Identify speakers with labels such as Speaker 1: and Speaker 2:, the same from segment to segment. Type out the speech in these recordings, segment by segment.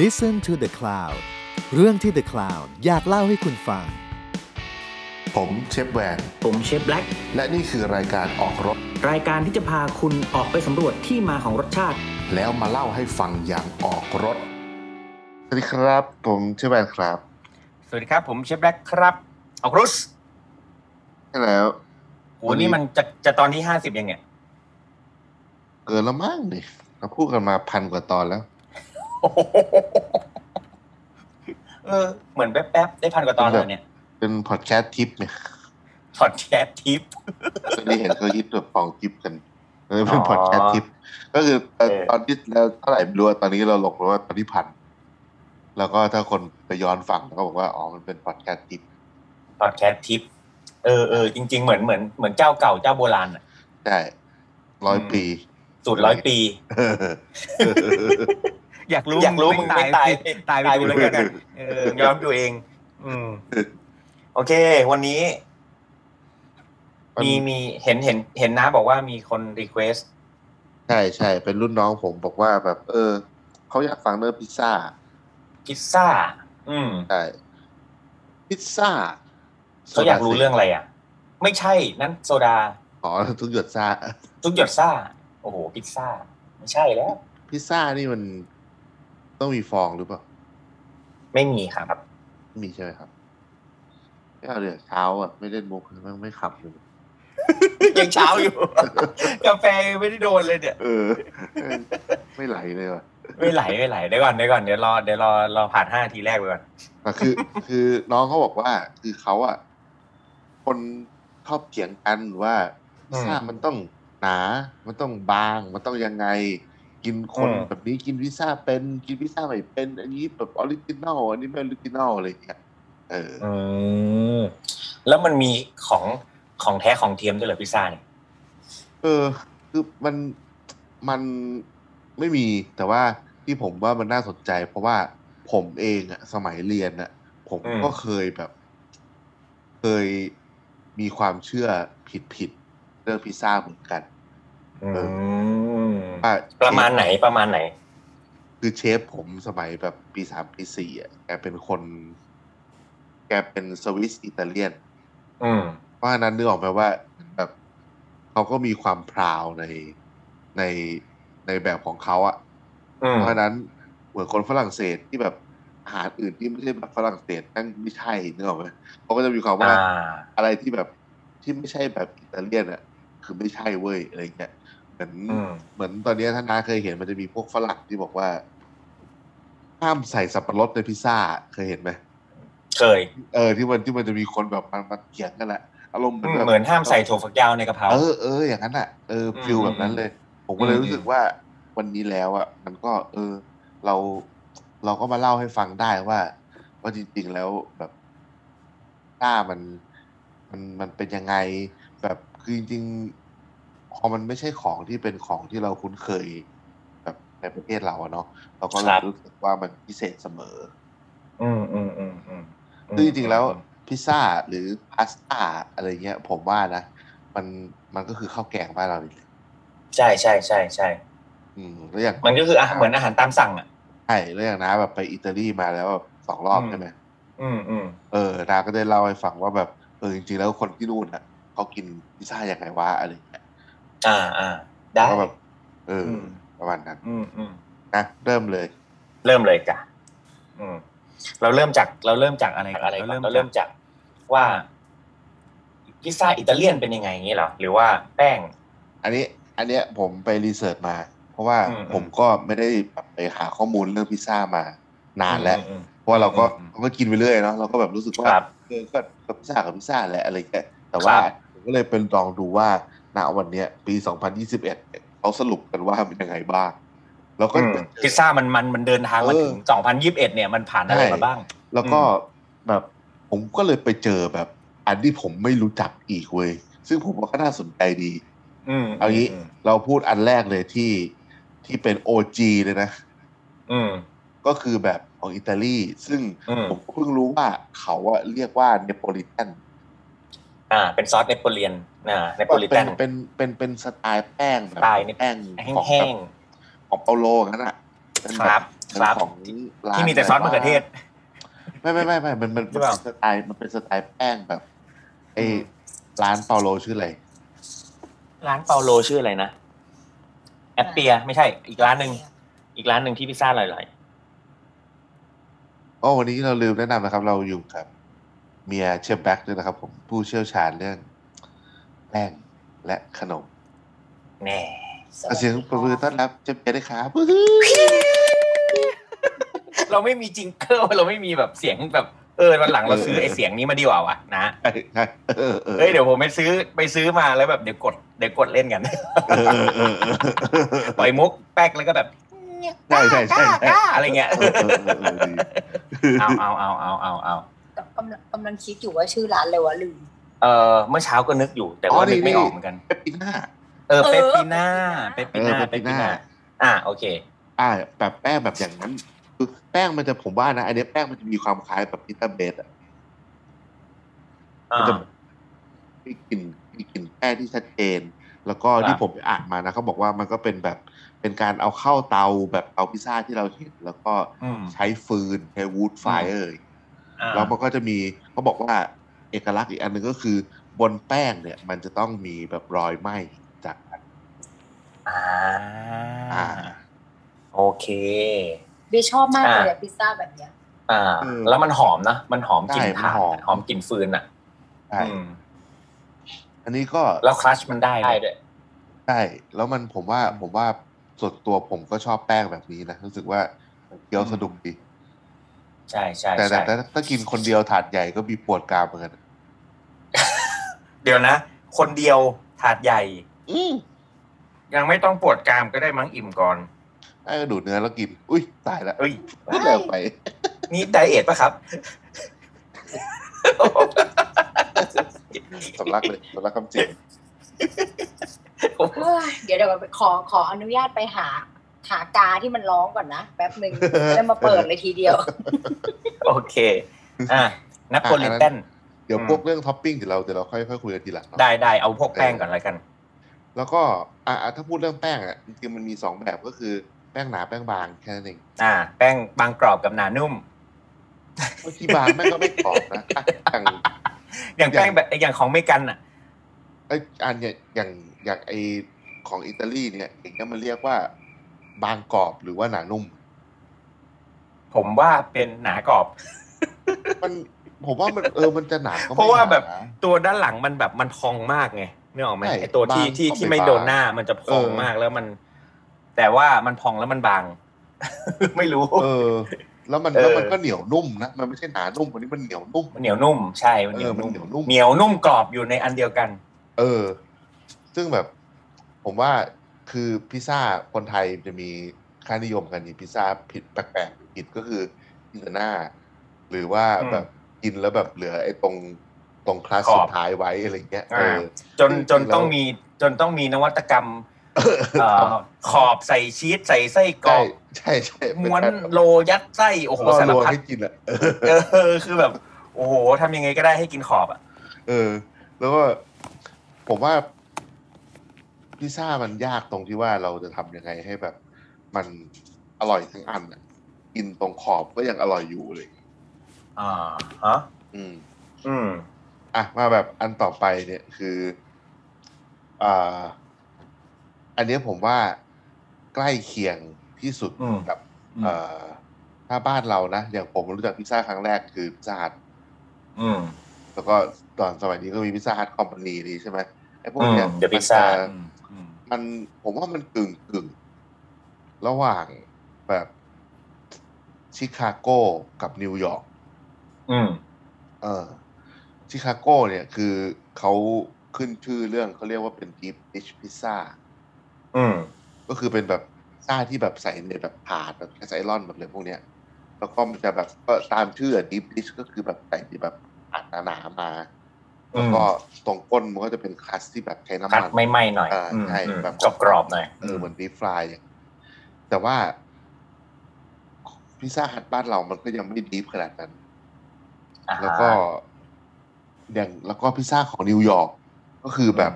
Speaker 1: Listen to the Cloud เรื่องที่ The Cloud อยากเล่าให้คุณฟัง
Speaker 2: ผมเชฟแวน
Speaker 3: ผมเชฟแบล็ก
Speaker 2: และนี่คือรายการออกรถ
Speaker 3: รายการที่จะพาคุณออกไปสำรวจที่มาของรสชาติ
Speaker 2: แล้วมาเล่าให้ฟังอย่างออกรถ
Speaker 4: สวัสดีครับ ผมชื่อแบนครับ
Speaker 5: สวัสดีครับ ผมเชฟแบล็กครับ ออกรุส
Speaker 4: ใช่แล้ว
Speaker 5: โหนี่มันจะจะตอนที่ห้าสิบ ยังเนี่ย
Speaker 4: เกินแล้วมั้งนี่เราพูดกันมาพันกว่าตอนแล้ว
Speaker 5: โอ้โหเออ เหมือนแป๊บๆ ได้พันกว่าตอนแล้วเนี่ย
Speaker 4: เป็นพอดแคสต์ทิปเนี่ย
Speaker 5: พอดแคสต์ทิป
Speaker 4: ไม่ได้เห็นเขาฮิตแบบฟองทิปกันเลยเป็น
Speaker 5: อ๋อ
Speaker 4: พอดแคสต์ทิปก็คือเอ่อ
Speaker 5: เออ
Speaker 4: ตอนที่เราเท่าไหร่ไม่รู้อะตอนนี้เราลงแล้วว่าตอนที่พันแล้วก็ถ้าคนไปย้อนฟังก็บอกว่าอ๋อมันเป็นพอดแคสต์ทิป
Speaker 5: พอดแคสต์ทิป เออเออจริง ๆ เหมือนเหมือนเหมือนเจ้าเก่าเจ้าโบราณอะ
Speaker 4: ใช่ร้อยปี
Speaker 5: สูตรร้อยปี
Speaker 6: อยากรู้
Speaker 5: อยากรู้มึงไม่ตาย
Speaker 6: ตายไปดู
Speaker 5: แล้
Speaker 6: แล้ว ว
Speaker 5: กั
Speaker 6: กัน น
Speaker 5: นะ
Speaker 6: นะ
Speaker 5: เออย้อนดูเอง อืม โอเค วันนี้
Speaker 4: มัน
Speaker 5: มีมีเห็นเห็นเห็นน้าบอกว่ามีคนรีเควส
Speaker 4: ใช่ใช่เป็นรุ่นน้องผมบอกว่าแบบ เออเขาอยากฟังเนื้องพิซซ่า
Speaker 5: พิซซ่า อืม
Speaker 4: ใช่พิซซ่า
Speaker 5: เขาอยากรู้เรื่องอะไรอ่ะ ไม่ใช่นั่นโซดา
Speaker 4: อ๋อทุกหยดซ่า
Speaker 5: ทุกหยดซ่า โอ้โห พิซซ่า ไม่ใช่แล้ว
Speaker 4: พิซซ่านี่มันต้องมีฟองหรือเปล่า
Speaker 5: ไม่มีครับ
Speaker 4: ไม่มีใช่ไหมครับไม่เอาเดี๋ยวเช้าอ่ะไม่เล่นมุกไม่ไม่ขับเลย
Speaker 5: ยังเช้าอยู่ กาแฟยังไม่ได้โดนเลยเนี่ย
Speaker 4: เออ ไม่ไหลเลยว่ะ
Speaker 5: ไม่ไหลไม่ไหลเดี๋ยวก่อนเดี๋ยวก่อนเดี๋ยวรอเดี๋ยวรอรอผ่านห้านาทีแรกไปก่อน
Speaker 4: แต่คือ คือน้องเขาบอกว่า คือเขาอ่ะคนชอบเถียงกันว่า
Speaker 5: อืม
Speaker 4: พิซซ่ามันต้องหนา มันต้องบาง มันต้องยังไง กินคน
Speaker 5: อืม
Speaker 4: แบบนี้กินพิซซ่าเป็นกินพิซซ่าไม่เป็น อันนี้แบบออริจินอลอันนี้ไม่ออริจินอลอะไรอย่างเงี้ยเออ
Speaker 5: อืมแล้วมันมีของของแท้ของเทียมด้วยเหรอพิซซ่าเนี่ย
Speaker 4: เออคือมันมันไม่มีแต่ว่าที่ผมว่ามันน่าสนใจ เพราะว่าผมเองอะสมัยเรียนอะผม
Speaker 5: อืม
Speaker 4: ก็เคยแบบ เคยมีความเชื่อผิดผิดๆเรื่องพิซซ่าเหมือนกัน
Speaker 5: อืม
Speaker 4: ว่า
Speaker 5: ประมาณไหนประมาณไหน
Speaker 4: คือเชฟผมสมัยแบบปีสามปีสี่อะแกเป็นคน แกเป็นสวิสอิตาเลียน
Speaker 5: อืม
Speaker 4: เพราะฉะนั้นนึกออกไหมว่าแบบเขาก็มีความพราวในในในแบบของเขาอะ
Speaker 5: อืม
Speaker 4: เพราะฉะนั้นเหมือนคนฝรั่งเศสที่แบบอาหารอื่นที่ไม่ใช่แบบฝรั่งเศสนั่งไม่ใช่นึกออกไหมเขาก็จะมีความว่า
Speaker 5: อ่า
Speaker 4: อะไรที่แบบที่ไม่ใช่แบบอิตาเลียนอะคือไม่ใช่เว้ยอะไรเงี้ยเหมือน
Speaker 5: อืม
Speaker 4: เหมือนตอนเนี้ยถ้าน้าเคยเห็นมันจะมีพวกฝรั่งที่บอกว่า ห้ามใส่สับปะรดในพิซซ่าเคยเห็นไหม
Speaker 5: เคย
Speaker 4: เออที่มันที่มันจะมีคนแบบมันมันเถียงกันแหละอารมณ์เหมือนแบบ
Speaker 5: เหมือนห้ามใส่ถั่วฝักยาวในกะเพรา
Speaker 4: เออเอออย่างนั้นอ่ะเออฟิล
Speaker 5: อืม
Speaker 4: แบบนั้นเลย ผม
Speaker 5: อื
Speaker 4: ก็
Speaker 5: ม
Speaker 4: เลย
Speaker 5: อื
Speaker 4: รู้
Speaker 5: ม
Speaker 4: สึกว่าวันนี้แล้วอ่ะมันก็ เออ เราเราก็มาเล่าให้ฟังได้ว่า ว่าจริง ๆ แล้วแบบหน้ามัน มันมันเป็นยังไง แบบคือจริงๆพอมันไม่ใช่ของที่เป็นของที่เราคุ้นเคย แบบในประเทศเราอะเนาะเราก็รู้สึกว่ามันพิเศษเสมอ
Speaker 5: อืมอืมอืมอืม
Speaker 4: ซึ่งจริงๆแล้วพิซซ่าหรือพาสต้าอะไรเงี้ย ผมว่านะมันมันก็คือข้าวแกงบ้านเรานี่แหละ
Speaker 5: ใช่ใช่ใช่ใช่
Speaker 4: อืมแล้วอย่าง
Speaker 5: มันก็คืออาหารเหมือนอาหารตามสั่งอ่ะ
Speaker 4: ใช่แล้วอย่างน้าแบบไปอิตาลีมาแล้วแบบสองรอบ
Speaker 5: อืม
Speaker 4: ใช่ไหม
Speaker 5: อืมอืม
Speaker 4: เออน้าก็ได้เล่าให้ฟังว่าแบบเออจริงๆแล้วคนที่นู่นอ่ะเขากินพิซซ่าอย่างไรวะอะไรอย่างเงี้ย
Speaker 5: อ่าอ่าได้
Speaker 4: ก็แบบ เอออ
Speaker 5: ม
Speaker 4: ประมาณนั้น
Speaker 5: อืมอืม
Speaker 4: นะเริ่มเลย
Speaker 5: เริ่มเลยจ้ะอืมเราเริ่มจากเราเริ่มจากอะไร
Speaker 6: อะไรก่อน
Speaker 5: เราเริ่มจากว่าพิซซ่าอิตาเลียนเป็นยังไงอย่างนี้เหรอหรือว่าแป้ง
Speaker 4: อันนี้ อันเนี้ยผมไปรีเสิร์ชมา เพราะว่า
Speaker 5: อืม
Speaker 4: ผมก็ไม่ได้แบบไปหาข้อมูลเรื่องพิซซ่ามานานแล้ว
Speaker 5: อืม
Speaker 4: เพราะว่าเราก็
Speaker 5: อืม
Speaker 4: เราก็กินไปเรื่อยเนาะเราก็แบบรู้สึกว่า
Speaker 5: ครับ
Speaker 4: เออก็ก็พิซซ่ากับพิซซ่าแหละอะไรเงี้ยแต่ว่า
Speaker 5: ครับ
Speaker 4: ผมก็เลยเป็นลองดูว่าณวันเนี้ย ปี 2021เนี่ยเขาสรุปกันว่าเป็นยังไงบ้าง แล้วก็
Speaker 5: อืมพิซซ่ามันมันมันเดินทางมาถึง
Speaker 4: เออ
Speaker 5: สองพันยิบเอ็ดเนี่ยมันผ่านอะไร
Speaker 4: ใช่
Speaker 5: มาบ้าง
Speaker 4: แล้วก็แบบผมก็เลยไปเจอแบบ อันที่ผมไม่รู้จักอีกเว้ยซึ่งผมว่าก็น่าสนใจดี
Speaker 5: อืม
Speaker 4: เอางี้
Speaker 5: ม
Speaker 4: เราพูดอันแรกเลยที่ที่เป็น OG เลยนะ
Speaker 5: อืม
Speaker 4: ก็คือแบบของอิตาลีซึ่ง
Speaker 5: อืม
Speaker 4: ผมเพิ่งรู้ว่าเขาอะเรียกว่าเนโปลิแตน
Speaker 5: อ่า เป็นซอสเนโปเลียนอ่าเนโปลิแตน
Speaker 4: เป็นเป็นเป็นสไตล์แป้งแบบ
Speaker 5: สไตล์นี่
Speaker 4: แป้งของ
Speaker 5: แห้ง
Speaker 4: แบบของเปาโลงั้นอ่ะเป็น
Speaker 5: ครับ
Speaker 4: แ มัน
Speaker 5: ครับ
Speaker 4: ของร้าน
Speaker 5: ที่มีแต่ซอสมะเขือเทศ
Speaker 4: ไม่ไม่ไม่ไม่มันมัน
Speaker 5: หรือน
Speaker 4: มั
Speaker 5: เปล่า
Speaker 4: เป็นสไตล์มันเป็นสไตล์แป้งแบบไอ้ร้านเปาโลชื่ออะไร
Speaker 5: ร้านเปาโลชื่ออะไรนะแอปเปียไม่ใช่ อีกร้านหนึ่งอีกร้านหนึ่งที่พิซซ่าอร่อย
Speaker 4: โอ้วันนี้เราลืมแนะนำนะครับ เราอยู่กับเมียเชฟแบ็กด้วยนะครับผมผู้เชี่ยวชาญเรื่องแป้งและขนม
Speaker 5: ๆแน่
Speaker 4: เอาเสียงปรบมือต้อนรับเชฟเบียร์ด้วยครับ
Speaker 5: เราไม่มีจิงเกิล เราไม่มีแบบเสียงแบบเออวันหลังเราซื้อไอเสียงนี้มาดีกว่าวะนะ
Speaker 4: เออเออ
Speaker 5: เอ้ยเดี๋ยวผมไปซื้อไปซื้อมาแล้วแบบเดี๋ยวกดเดี๋ยวกดเล่น กัน
Speaker 4: เออเออเออเออ
Speaker 5: ปล่อยมุกแป๊กแล้วก็แบบ
Speaker 4: ใช่ใช่ใช่ใช่
Speaker 5: อ่าอะไรเงี้ย
Speaker 4: เออเออเออเออดี
Speaker 5: เอาเอาเอาเอาเอาเอา
Speaker 6: กำลังกำลังคิดอยู่ว่าชื่อร้านเลยวะลืม
Speaker 5: เออเมื่อเช้าก็นึกอยู่ แต่
Speaker 4: อ๋
Speaker 5: ว่า
Speaker 4: อนี่
Speaker 5: นึกไม่ออกเหมือนกัน
Speaker 4: เปปปิน่า
Speaker 5: เออ
Speaker 6: เออ
Speaker 5: เปปปิน่าเปปปิน่า
Speaker 4: เออ
Speaker 5: เปป
Speaker 4: เปปปิ
Speaker 5: ปิ
Speaker 4: น่า
Speaker 5: น่าอ่าโอเค
Speaker 4: อ่าแบบแป้งแบบอย่างนั้นคือแป้งมันจะผมว่านะอันเนี้ยแป้งมันจะมีความคล้ายแบบพิซซ่าเบสอ่ะ
Speaker 5: อ่า
Speaker 4: มันจะมีกลิ่นมีกลิ่นแป้งที่ชัดเจน แล้วก็
Speaker 5: ครับ
Speaker 4: ที่ผมไปอ่านมานะเขาบอกว่ามันก็เป็นแบบเป็นการเอาเข้าเตาแบบเตาพิซซ่าที่เราเห็นแล้วก็
Speaker 5: อืม
Speaker 4: ใช้ฟืนใช้วูดไฟเอ่ย
Speaker 5: อ่า
Speaker 4: แล้วมันก็จะมีเขาบอกว่าเอกลักษณ์อีกอันหนึ่งก็คือบนแป้งเนี่ย มันจะต้องมีแบบรอยไหม้จาก
Speaker 5: อ่า
Speaker 4: อ่า
Speaker 5: โอเค
Speaker 6: เบชอบมากเลย
Speaker 5: อ่ะ
Speaker 6: อะพิซซ่าแบบเนี้ย
Speaker 5: อ่า
Speaker 4: เออ
Speaker 5: แล้วมันหอมนะมันหอมกลิ่น
Speaker 4: ใช่มัน
Speaker 5: ถ่าน
Speaker 4: หอม
Speaker 5: หอมกลิ่นฟืนอ่ะ
Speaker 4: ใช่
Speaker 5: อืม
Speaker 4: อันนี้ก็
Speaker 5: แล้วคลัชมันได้
Speaker 4: ได้
Speaker 5: ด้วย
Speaker 4: ใช่แล้วมันผมว่าผมว่าส่วนตัวผมก็ชอบแป้งแบบนี้นะรู้สึกว่าเคี้ยวสนุกดี
Speaker 5: ใช่ใช่
Speaker 4: แต่แต่
Speaker 5: ใช่
Speaker 4: แต่ถ้ากินคนเดียวถาดใหญ่ก็มีปวดกรามเหมือนกัน
Speaker 5: เดี๋ยวนะ คนเดียวถาดใหญ่
Speaker 4: อืม
Speaker 5: ยังไม่ต้องปวดกรามก็ได้มั้งอิ่มก่อน
Speaker 4: ไอ้กระดูดเนื้อแล้วกิน อุ้ยตายแล้ว
Speaker 5: เอ้ย
Speaker 4: พูดเร็วไป
Speaker 5: นี่ไดเอทปะครับ
Speaker 4: สำลักเลยสำลักคำจริง
Speaker 6: เฮ้ยเดี๋ยวเดี๋ยวขอขออนุญาตไปหาหากาที่มันร้องก่อนนะ แป๊บหนึ่งแล้วมาเปิดเลยทีเดียว
Speaker 5: โอเค อ่ะนับโพลิแตน
Speaker 4: เดี๋ยว
Speaker 5: อืม
Speaker 4: พวกเรื่องท็อปปิ้งเดี๋ยวเราเดี๋ยวเราค่อยค่อยคุยกันทีหลังเนาะ
Speaker 5: ได้ได้เอาพวกแป้งก่อนแล้วกัน
Speaker 4: แล้วก็อ่ะอ่ะถ้าพูดเรื่องแป้งอ่ะจริงๆมันมีสองแบบก็คือแป้งหนาแป้งบางแค่นั้นเอง
Speaker 5: อ่า แป้งบางกรอบกับหนานุ่ม
Speaker 4: บางทีบางแม่งก็ไม่กรอบนะอ่ะอ
Speaker 5: อ
Speaker 4: ย่าง
Speaker 5: ย่างแป้งแบบอย่างของเมกันอ่ะ
Speaker 4: ไอยอันเนี่ยอย่างอย่างไอของอิตาลีเนี่ยอย่างเงี้ยมันเรียกว่าบางกรอบหรือว่าหนานุ่ม
Speaker 5: ผมว่าเป็นหนากรอบ
Speaker 4: มันผมว่ามันเออมันจะหนาก็ไม่
Speaker 5: เพราะว่าแบบ
Speaker 4: หน
Speaker 5: ตัวด้านหลังมันแบบมันพองมากไงนึกออกไหม
Speaker 4: ใช่
Speaker 5: ไอตัวที่
Speaker 4: บาง
Speaker 5: ที่
Speaker 4: ก็ไม่
Speaker 5: ที่ไม่
Speaker 4: บาง
Speaker 5: โดนหน้ามันจะพอง
Speaker 4: เออ
Speaker 5: มากแล้วมัน แต่ว่ามันพองแล้วมันบาง ไม่รู้
Speaker 4: เออ แล้วมัน
Speaker 5: เออ
Speaker 4: แล้วมันก็เหนียวนุ่มนะมันไม่ใช่หนานุ่มอันนี้มันเหนียวนุ่ม
Speaker 5: มันเหนียวนุ่ม ใช่มันเหนียว
Speaker 4: เออมัน
Speaker 5: นุ่ม
Speaker 4: เหนียวนุ่ม
Speaker 5: เหนียวนุ่มกรอบอยู่ในอันเดียวกัน
Speaker 4: เออ ซึ่งแบบผมว่าคือพิซซ่าคนไทยจะมีค่านิยมกันอย่างพิซซ่าผิดแปลกๆผิดก็คือกินแต่หน้า หรือว่า
Speaker 5: อืม
Speaker 4: แบบกินแล้วแบบเหลือไอ้ตรงตรงคลาส
Speaker 5: ขอบ
Speaker 4: สุดท้ายไว้อะไรเงี้ยเออ
Speaker 5: อ่า จน
Speaker 4: จริงๆ
Speaker 5: จน
Speaker 4: แล้ว
Speaker 5: ต้องมีจนต้องมีนวัตกรรม เอ่อขอบใส่ชีสใส่ไส้กรอ
Speaker 4: ใช่
Speaker 5: ก
Speaker 4: ใช่ใช่เป็
Speaker 5: ม้วน
Speaker 4: การ
Speaker 5: โลยัดไส้โอ้โห
Speaker 4: ล่อ
Speaker 5: สาร
Speaker 4: ลวง
Speaker 5: พัด
Speaker 4: ให้กินอ่ะ เออ
Speaker 5: เออคือแบบ โอ้โหทำยังไงก็ได้ให้กินขอบอ่ะ
Speaker 4: เออ แล้วก็ผมว่าพิซซ่ามันยากตรงที่ว่าเราจะทำยังไงให้แบบ มันอร่อยทั้งอันอะกินตรงขอบก็ยังอร่อยอยู่เลย
Speaker 5: อ่าฮะ
Speaker 4: อืม
Speaker 5: อืม
Speaker 4: อ่ะมาแบบอันต่อไปเนี่ยคืออ่าอันเนี้ยผมว่าใกล้เคียงที่สุด
Speaker 5: อืม
Speaker 4: กับ เอ่อถ้าบ้านเรานะอย่างผมรู้จักพิซซ่าครั้งแรกคือพิซซ่าฮัท
Speaker 5: อืม
Speaker 4: แล้วก็ตอนสมัยนี้ก็มีพิซซ่าฮัทคอมพานีนี่ใช่ไหมไอ้พวก
Speaker 5: อืม
Speaker 4: เนี้ย
Speaker 5: เดอะพิซซ่า
Speaker 4: มันจะมันผมว่ามันกึ่งกึ่งระหว่างแบบชิคาโกกับนิวยอร์ก
Speaker 5: อืม
Speaker 4: เออชิคาโกเนี่ยคือเขาขึ้นชื่อเรื่องเขาเรียกว่าเป็น deep dish pizza
Speaker 5: อืม
Speaker 4: ก็คือเป็นแบบพิซซ่าที่แบบใส่ในแบบถาดแบบใส่ลอนแบบอะไรพวกเนี้ย แล้วก็มันจะแบบก็ตามชื่อ deep dish ก็คือแบบใส่แบบอัดหนาๆมา แล้วก็ตรงก้นมันก็จะเป็นคลัสที่แบบใช้น้ำ
Speaker 5: คัด
Speaker 4: มัน
Speaker 5: ไม่ไหม้หน่อย
Speaker 4: อ่า
Speaker 5: อืม
Speaker 4: ใช่
Speaker 5: อืม
Speaker 4: แบบ
Speaker 5: กรอบๆหน่อย
Speaker 4: เออเหมือนดีฟรายอย่างแต่ว่าพิซซ่าฮัทบ้านเรามันก็ยังไม่ดีฟขนาดนั้น
Speaker 5: อ่าฮะ
Speaker 4: แล้วก็อย่างแล้วก็พิซซ่าของนิวยอร์กก็คือแบบ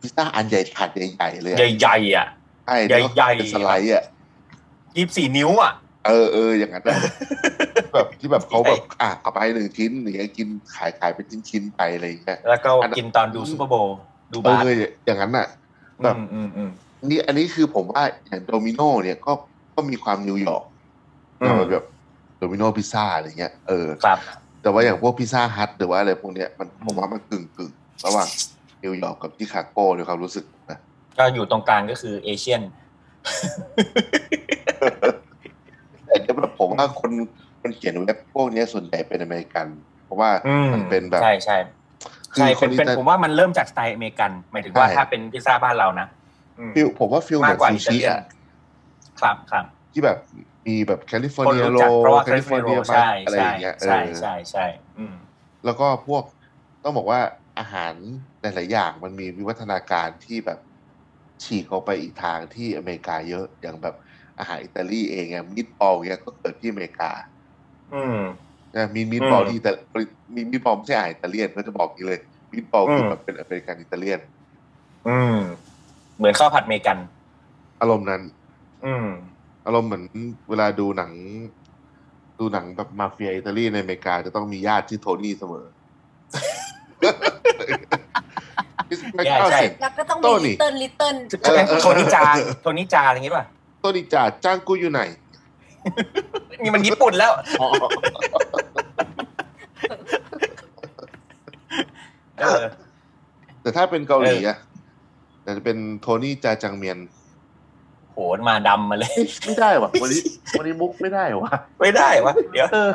Speaker 4: พิซซ่าอันใหญ่ถาดใหญ่ๆเลยอะ
Speaker 5: ใหญ่ๆอ่ะ
Speaker 4: ใช่
Speaker 5: ใหญ่ๆ
Speaker 4: เป็นสไลด์อ่ะ
Speaker 5: ยี่สิบสี่นิ้วอ่ะ
Speaker 4: เออเอออย่างนั้นนะ แบบ ที่แบบเขาแบบอ่ะเอาไปหนึ่งชิ้นอย่างเงี้ยกินขายขายเป็นชิ้นชิ้นๆไปอะไรอย่างเงี้ย
Speaker 5: แล้วก็
Speaker 4: อันนั้น
Speaker 5: กินตอนดูซูเปอร์โบว์
Speaker 4: เอบ
Speaker 5: ดูาส
Speaker 4: ออย่างนั้นน่ะ แบบ
Speaker 5: อืมอืมอืม
Speaker 4: นี่อันนี้คือผมว่าอย่างโดมิโนเนี่ยก็ก็มีความนิวยอร์ก
Speaker 5: อืม
Speaker 4: แบบโดมิโนพิซซ่าอะไรเงี้ยเออ
Speaker 5: ครับ
Speaker 4: แต่ว่าอย่างพวกพิซซ่าฮัทหรือว่าอะไรพวกเนี้ยมันผมว่ามันกึ่งกึ่งๆระหว่างนิวยอร์กกับชิคาโก้ด้วยความรู้สึก นะ
Speaker 5: ก็อยู่ตรงกลางก็คือเอเชี ยน
Speaker 4: แต่เนี่ยแบบผมว่าคนคนเขียนเว็บพวกเนี้ยส่วนใหญ่เป็นอเมริกัน เพราะว่า
Speaker 5: อืม
Speaker 4: มันเป็นแบบ
Speaker 5: ใช่ใช่
Speaker 4: คือ
Speaker 5: ใช่
Speaker 4: ค
Speaker 5: เป็น น
Speaker 4: อิ
Speaker 5: เป็น
Speaker 4: ตา
Speaker 5: ผมว่ามันเริ่มจากสไตล์อเมริกัน หมายถึงว่า
Speaker 4: ใช่
Speaker 5: ถ้าเป็นพิซซ่าบ้านเรานะอืม
Speaker 4: ฟิลผมว่าฟิลเห
Speaker 5: มาก
Speaker 4: มือน
Speaker 5: กว่า
Speaker 4: ซู
Speaker 5: อิตา
Speaker 4: ชิ
Speaker 5: เลียน
Speaker 4: อ่ะ
Speaker 5: ครับครับ
Speaker 4: ที่แบบมีแบบแคลิฟอร์
Speaker 5: คน
Speaker 4: เนีย
Speaker 5: รู้
Speaker 4: โร
Speaker 5: จักเพราะว่า
Speaker 4: แค
Speaker 5: คลิ
Speaker 4: ลิฟ
Speaker 5: ฟ
Speaker 4: อ
Speaker 5: อ
Speaker 4: ร์
Speaker 5: ร์
Speaker 4: เนี
Speaker 5: เนี
Speaker 4: ย
Speaker 5: ย
Speaker 4: บัส
Speaker 5: ใช่
Speaker 4: อะไรอ
Speaker 5: ใช่
Speaker 4: ย่างเงี้ยเอ
Speaker 5: ใช่
Speaker 4: อ
Speaker 5: ใช่ใช่อืม
Speaker 4: แล้วก็พวกต้องบอกว่าอาหารหลาย ๆ อย่างมันมีวิวัฒนาการที่แบบฉีกออกไปอีกทางที่อเมริกาเยอะอย่างแบบอาหารอิตาลีเองอ่ะมิตบอลเงี้ยก็เกิดที่อเมริกา
Speaker 5: อืม
Speaker 4: นะมีมีดบอล
Speaker 5: อืม
Speaker 4: ที่แต่มีมีดบอลไม่ใช่อาหารอิตาเลียนเขาจะบอกนี้เลยมีดบอลคืออ
Speaker 5: ม
Speaker 4: แบบเป็นอเมริกันอิตาเลียน
Speaker 5: อืม เหมือนข้าวผัดอเมริกัน
Speaker 4: อารมณ์นั้น
Speaker 5: อืม
Speaker 4: อารมณ์เหมือนเวลาดูหนัง ดูหนังแบบมาเฟียอิตาลีในอเมริกาจะต้องมีญาติชื่อโทนี่เสมอ
Speaker 5: ใช่ใช่
Speaker 6: แล้วก็ต้อง
Speaker 4: โต้นี่
Speaker 6: มีลิตเติ้ลลิตเติ้ล
Speaker 5: จะเป็นโทนิจาโทนิจาอะไรอย่างเงี้ยป่ะ
Speaker 4: โทนี่จ่าจ้างกูอยู่ไหน
Speaker 5: นี่มันญี่ปุ่นแล้ว
Speaker 4: อ๋อ
Speaker 5: เออ
Speaker 4: แต่ถ้าเป็นเกาหลีอะแต่จะเป็นโทนี่จาจังเมียน
Speaker 5: โหนมาดำมาเลย
Speaker 4: เฮ้ยไม่ได้ว่ะวันนี้วันนี้มุกไม่ได้ว่ะ
Speaker 5: ไม่ได้วะเดี๋ยวเออ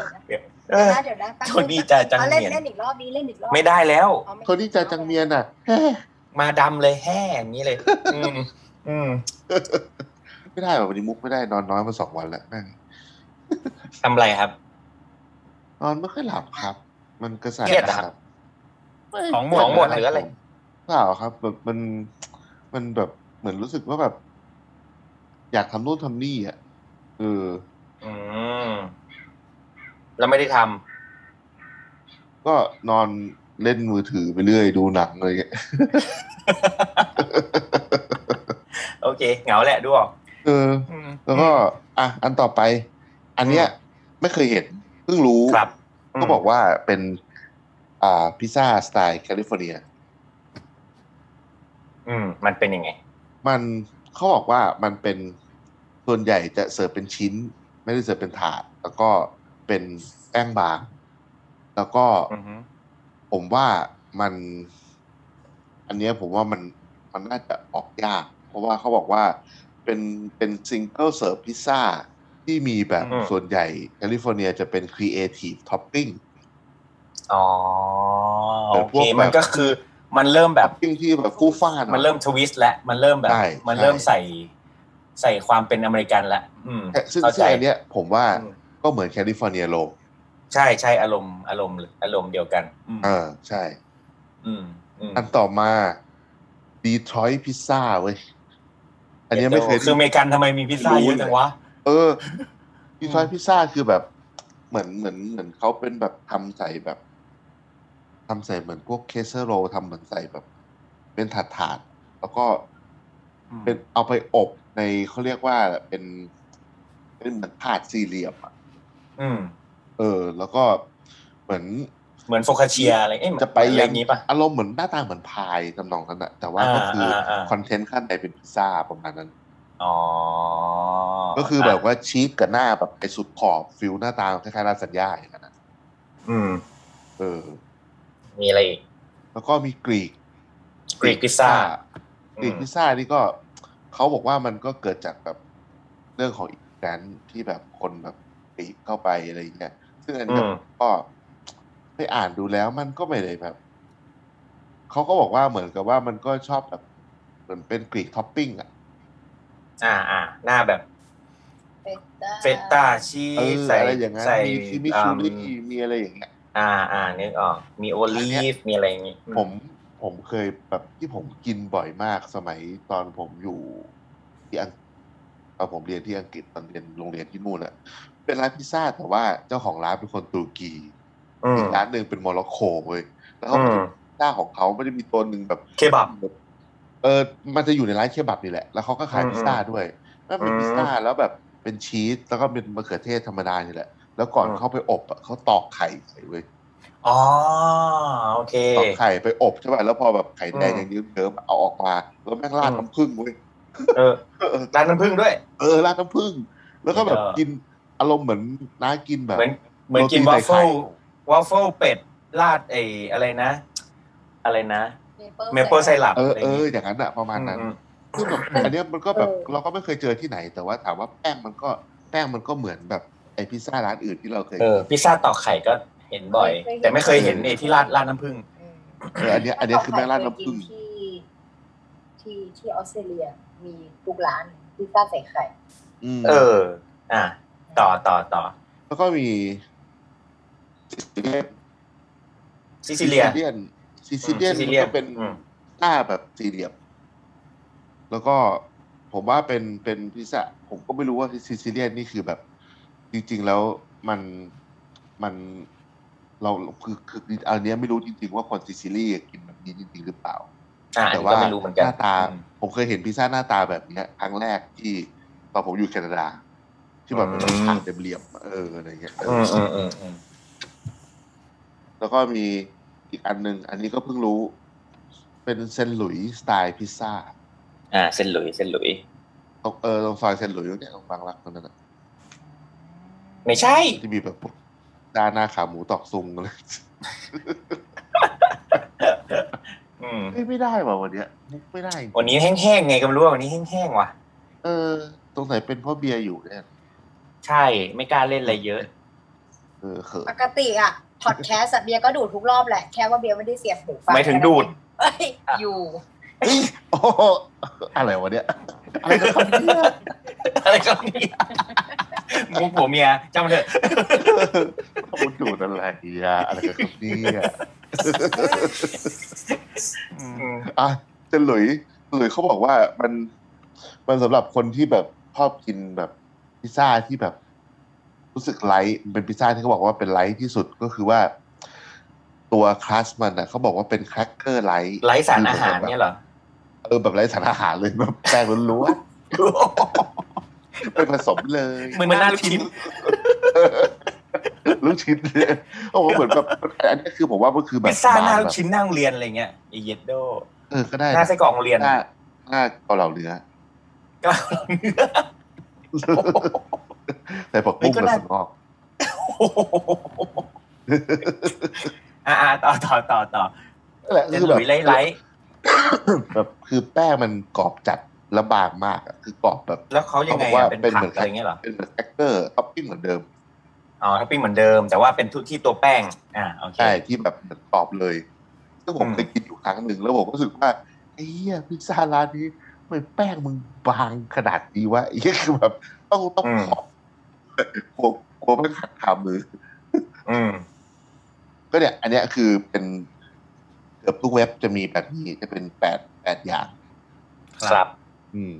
Speaker 5: เออ
Speaker 6: เดี๋ยวนะแป๊บง
Speaker 5: โทนี่จ่าจัง
Speaker 6: อาเล่น
Speaker 5: เมียน
Speaker 6: เล่นอีกรอบนี้เล่นอีกรอบ
Speaker 5: ไม่ได้แล้ว
Speaker 6: อ๋อไม่
Speaker 4: โทนี่จาจังเมียนอะ
Speaker 5: มาดำเลยแห่อย่างนี้เลย อืมอืม
Speaker 4: ไม่ได้แบบวันนี้มุกไม่ได้นอนน้อยมาสองวันแล้วแม่ง
Speaker 5: ทำอะไรครับ
Speaker 4: นอนไม่ค่อยหลับครับ มันกระสับ
Speaker 5: เครียดเหรอครับ ของหมดของหมดหรืออะไร
Speaker 4: เปล่าครับ แบบมันมันแบบเหมือนรู้สึกว่าแบบ อยากทำนู่นทำนี่อ่ะเออ
Speaker 5: อืมแล้วไม่ได้ท
Speaker 4: ก็นอนเล่นมือถือไปเรื่อยดูหนังอะไรอย่างเงี้ย
Speaker 5: ำโอเค เหงาแหละดูออก
Speaker 4: เออ
Speaker 5: อืม
Speaker 4: แล้วก็ อ่ะอันต่อไป อันเนี้ย ไม่เคยเห็นเพิ่งรู้
Speaker 5: ครับม
Speaker 4: ก็บอกว่าเป็น อ่าพิซซ่าสไตล์แคลิฟอร์เนีย
Speaker 5: อืม มันเป็นยังไง
Speaker 4: มันเขาบอกว่ามันเป็นส่วนใหญ่จะเสิร์ฟเป็นชิ้น ไม่ได้เสิร์ฟเป็นถาด แล้วก็เป็นแป้งบาง แล้วก็
Speaker 5: อือฮึ
Speaker 4: ผมว่ามัน อันเนี้ยผมว่ามันมันน่าจะออกยาก เพราะว่าเขาบอกว่าเป็นเป็นซิงเกิลเสิร์ฟพิซซ่าที่มีแบบ
Speaker 5: อืม
Speaker 4: ส่วนใหญ่แคลิฟอร์เนียจะเป็นครีเอทีฟท็อปปิ้ง
Speaker 5: อ๋อ
Speaker 4: แต่
Speaker 5: โอ
Speaker 4: พวก
Speaker 5: เค
Speaker 4: แบบ
Speaker 5: มันก็คือ มันเริ่มแบ
Speaker 4: ท็
Speaker 5: บ
Speaker 4: อปปิ้งที่แบบฟู่ฟ้าหอย
Speaker 5: มันเริ่มทวิสต์แล้วมันเริ่มแบบ
Speaker 4: ใช่
Speaker 5: มันเริ่ม
Speaker 4: ใช่
Speaker 5: ใส่ ใส่ความเป็นอเมริกันแล้วอืม
Speaker 4: ซึ่ง
Speaker 5: เข้าใจ
Speaker 4: ซึ่งอันเนี้ยผมว่า
Speaker 5: อืม
Speaker 4: ก็เหมือนแคลิฟอร์เนียโลง
Speaker 5: ใช่ใช่อารมณ์อารมณ์อารมณ์เดียวกัน อืม
Speaker 4: เออใช่
Speaker 5: อืมอืม
Speaker 4: อันต่อมาดีทรอยพิซซ่าเว้ย อันเนี้ยไม่เคย
Speaker 5: คืออเมริกันทำไมมีพิซซ่าเยอะจังวะ
Speaker 4: เอ อดีทรอยพิซซ่าคือแบบ เหมือนเหมือนเหมือนเขาเป็นแบบทำใส่แบบทำใส่เหมือนพวกเคเซอโรทำเหมือนใส่แบบ เป็นถาดถาดๆแล้วก็
Speaker 5: อืม
Speaker 4: เป็นเอาไปอบในเขาเรียกว่าเป็นเป็นเหมือนถาดสี่เหลี่ยมอะ
Speaker 5: อืม
Speaker 4: เออ แล้วก็เหมือน
Speaker 5: เหมือนโฟคาเชียอะไรเอ๊
Speaker 4: จะไป
Speaker 5: อะไรอง
Speaker 4: ยั
Speaker 5: ย่างนี้ป่ะ
Speaker 4: อารมณ์เหมือนหน้าตาเหมือนพายจำนองนั้นอะแต่ว่าก็คืออา
Speaker 5: อ่าอ่า
Speaker 4: คอนเทนต์ข้างในเป็นพิซซ่าประมาณนั้น
Speaker 5: อ๋อ
Speaker 4: ก็คือแบบว่าชีสกับหน้าแบบไอ้สุดขอบฟิลหน้าตาคล้ายๆลาสัญญาอย่างนั้นนะ
Speaker 5: อืม
Speaker 4: เออ
Speaker 5: มีอะไรอีก
Speaker 4: แล้วก็มีกรีก
Speaker 5: Greek pizza
Speaker 4: กรีก
Speaker 5: อืม
Speaker 4: พิซซ่านี่ก็เขาบอกว่ามันก็เกิดจากแบบเรื่องของอีกแกรนที่แบบคนแบบกรีกเข้าไปอะไรอย่างเงี้ยซึ่งอันเนี้ย
Speaker 5: อืม
Speaker 4: ก็ไปอ่านดูแล้วมันก็ไม่ได้แบบเขาก็บอกว่าเหมือนกับว่ามันก็ชอบแบบเหมือนเป็นกรีกท็อปปิ้งอ่ะ
Speaker 5: อ่าอ่าหน้าแบบเฟตตาชี
Speaker 4: เออ
Speaker 5: สใส่
Speaker 4: อะไรอย่างนั้น
Speaker 5: ใส่
Speaker 4: มีคิมิชูรี่มีอะไรอย่างเงี้ย
Speaker 5: อ่าอ่านึกออกมีโอลีฟมีอะไรอย่างงี้
Speaker 4: ผมผมเคยแบบที่ผมกินบ่อยมากสมัยตอนผมอยู่ที่อังตอนผมเรียนที่อังกฤษตอนเรียนโรงเรียนที่นู่นอะเป็นร้านพิซซ่าแต่ว่าเจ้าของร้านเป็นคนตุรกี
Speaker 5: อืม
Speaker 4: อีกร้านหนึ่งเป็นโมร็อกโกเว้ยแล้วเขา
Speaker 5: อื
Speaker 4: เป็น
Speaker 5: ม
Speaker 4: พิซซ่าของเขาไม่ได้มีตัวหนึ่งแบบ
Speaker 5: เคบับ
Speaker 4: แบบเออมันจะอยู่ในร้านเคบับนี่แหละ แล้วเขาก็ขาย
Speaker 5: อืม
Speaker 4: พิซซ่าด้วยแม่งเป็น
Speaker 5: อืม
Speaker 4: พิซซ่าแล้วแบบ เป็นชีสแล้วก็เป็นมะเขือเทศธรรมดานี่แหละ แล้วก่อน
Speaker 5: อืม
Speaker 4: เข้าไปอบอะเขาตอกไข่ใส่เว้ย
Speaker 5: อ๋อโอเค
Speaker 4: ตอกไข่ไปอบใช่ป่ะแล้วพอแบบไข่แดง
Speaker 5: อืม
Speaker 4: ยังยืดเดิมเอาออกมาแล้วแม่งราด
Speaker 5: อืม
Speaker 4: น้ำผึ้งเว้ย
Speaker 5: เออ
Speaker 4: เออ
Speaker 5: ร้านน้ำผึ้งด้วย
Speaker 4: เออราดน้ำผึ้งแล้วก็แบบ
Speaker 5: เออ
Speaker 4: กินอารมณ์เหมือนน้ากินแบบ
Speaker 5: เหมือนเหมือนกิน
Speaker 4: โรตี
Speaker 5: วา
Speaker 4: ใส่
Speaker 5: ฟ
Speaker 4: ไข่
Speaker 5: เฟิลวาฟเฟิลเป็ดราดไอ้อะไรนะ อะไรนะ เมเปิลไซรัป
Speaker 4: เออ
Speaker 5: อะไร
Speaker 4: เอ
Speaker 5: อย่าง
Speaker 4: อ
Speaker 5: งี้
Speaker 4: อย่างนั้นอะประมาณนั้น
Speaker 5: อืม
Speaker 4: ซึ่งแบบอันเนี้ยมันก็แบบ
Speaker 6: เออ
Speaker 4: เราก็ไม่เคยเจอที่ไหน แต่ว่าถามว่าแป้งมันก็แป้งมันก็เหมือนแบบไอพิซซ่าร้านอื่นที่เราเคย
Speaker 5: เออพิซซ่าตอกไข่ก็เห็นบ่อย
Speaker 6: เคยเห็น
Speaker 5: แต่ไม่เคยเห็นไอ้ที่ราดราดน้ำผึ้ง
Speaker 6: อืม
Speaker 4: เอออันเนี้ยอันเนี้ยคือแม่งราดน้ำผึ้ง
Speaker 6: ที่ ที่ที่ออสเตรเลียมีทุกร้านพิซซ่าใส่ไข่
Speaker 4: ม
Speaker 5: เออ อ่ะต่อต่อต่อ
Speaker 4: แล้วก็มี
Speaker 5: ซิซิเลีย
Speaker 4: ซิซิเลียน
Speaker 5: อืม
Speaker 4: ซิซิ
Speaker 5: Sicilian
Speaker 4: เลียนมันก็เป็น
Speaker 5: อืม
Speaker 4: หน้าแบบสี่เหลี่ยมแล้วก็ผมว่าเป็นเป็นพิซซ่าผมก็ไม่รู้ว่าซิซิเลียนนี่คือแบบ จริง ๆ แล้วมันมันเราคือคืออันเนี้ยไม่รู้จริง ๆ ว่าคนซิซิลีกินแบบนี้จริง ๆ หรือเปล่า
Speaker 5: อ่ะอัน
Speaker 4: แต่
Speaker 5: นี้
Speaker 4: ว่า
Speaker 5: ก็ไม่รู้เหมือนกั
Speaker 4: ห
Speaker 5: น
Speaker 4: น้าตา
Speaker 5: อืม
Speaker 4: ผมเคยเห็นพิซซ่าหน้าตาแบบเนี้ยครั้งแรกที่ตอนผมอยู่แคนาดา ที่แบบเป็น
Speaker 5: อืม
Speaker 4: ถาดเหลี่ยมๆเอออะไรเงี้ยเออ
Speaker 5: อื
Speaker 4: อ
Speaker 5: มอืมอืมอืม
Speaker 4: แล้วก็มีอีกอันหนึ่งอันนี้ก็เพิ่งรู้ เป็นเซนต์หลุยส์สไตล์พิซซ่า
Speaker 5: อ่าเส้นหลุยเส้นหลุย
Speaker 4: ตรงเออตรงซอยเซนต์หลุยส์เนี่ยตรงบางรักตรงนั้นนะ
Speaker 5: ไม่ใช่
Speaker 4: ที่มีแบบพวกด้านหน้าขาหมูตอกซุงอะไร
Speaker 5: อืม
Speaker 4: เฮ้ยไม่ได้ว่ะวันเนี้ยมุกไม่ได้จริง
Speaker 5: วันนี้แห้งๆไงก็ไม่รู้ว่าวันนี้แห้งๆว่ะ
Speaker 4: เออ ตรงไหนเป็นเพ่อเบียร์อยู่เนี่ย
Speaker 5: ใช่ไม่กล้าเล่นอะไรเยอะ
Speaker 4: เออเขิน
Speaker 6: ปกติอะพอดแคสต์อะเบียร์ก็ดูดทุกรอบแหละ แค่ว่าเบียร์ไม่ได้เสียบหูฟัง
Speaker 5: หมายถึงดูด
Speaker 6: เอ้ยอยู่
Speaker 4: เฮ้ยโอ้โหอะไรวะเนี่ยอะไรกันครับเนี่ย
Speaker 5: อะไรก็มีมุกผัวเมียจำมันเถอะ
Speaker 4: คุณดูดอะไรอ่ะอะไรกันครับเนี่ย
Speaker 5: อืม
Speaker 4: อ่ะเซนต์หลุยส์เซนต์หลุยส์เขาบอกว่ามันมันสำหรับคนที่แบบชอบกินแบบพิซซ่าที่แบบ รู้สึกไลท์เป็นพิซซ่าที่เขาบอกว่าเป็นไลท์ที่สุดก็คือว่า ตัวครัสมันอ่ะเขาบอกว่าเป็นแครกเกอร์ไลท์
Speaker 5: ไร้สารอาหารเนี่ยเหรอ
Speaker 4: เออแบบไลท์สารอาหารเลยแบบแป้งล้วนๆไม่ผสมเลย
Speaker 5: เหมือนมัน น่าลูกชิ้น
Speaker 4: ลูกชิ้นเลยเขาบอกว่าเหมือนแบบอันนี้คือผมว่ามันคือแบบ
Speaker 5: พิซซ่าหน้า
Speaker 4: บ
Speaker 5: ลู
Speaker 4: แบ
Speaker 5: ก
Speaker 4: บ
Speaker 5: ชิ้นหน้าโรงเรียนอะไรเงี้ยไอ้เย็ดโด
Speaker 4: เออก็ได้
Speaker 5: หน้าไส้กรอกโรงเรียน
Speaker 4: หน้าหน้าเกาเหลาเนื้อ
Speaker 5: ก็
Speaker 4: ใส่ผักบุ้งกับสนอก
Speaker 5: อ่าต่อต่อต่อต่อ
Speaker 4: นั่นแหละ
Speaker 5: เส้น
Speaker 4: คือ
Speaker 5: ห
Speaker 4: แบ
Speaker 5: ลุ
Speaker 4: บ
Speaker 5: ยไร้ไร้
Speaker 4: แบบคือแป้งมันกรอบจัดและบางมากอะคือกรอบแบบ
Speaker 5: แล้วเขายังไง
Speaker 4: เขาบอกว่า
Speaker 5: อ่ะเป็น
Speaker 4: เป็น
Speaker 5: ผั
Speaker 4: เห
Speaker 5: ก
Speaker 4: มือน
Speaker 5: อะไรเงี้ยเหรอ
Speaker 4: เป็นแบบแอคเกอร์ท็อปปิ้งเหมือนเดิม
Speaker 5: อ๋อท็อปปิ้งเหมือนเดิม แต่ว่าเป็นทุกที่ตัวแป้ง อ่าโอเค
Speaker 4: ใช่ที่แบบเหมือนกรอบเลยซึ่งผม
Speaker 5: อืม
Speaker 4: เคยกินอยู่ครั้งหนึ่งแล้วผมก็รู้สึกว่าไอ้เหี้ยพิซซ่าร้านนี้ทำไมันแป้งมึงบางขนาดนี้วะไอ้เหี้ยคือแบบต้องต้องขอบกลัวกลัวมันหักขามือ
Speaker 5: อืม
Speaker 4: ก็เนี่ย อันเนี้ยคือเป็นเกือบทุกเว็บจะมีแบบนี้จะเป็นแปดแปดอย่าง
Speaker 5: ครับ
Speaker 4: อืม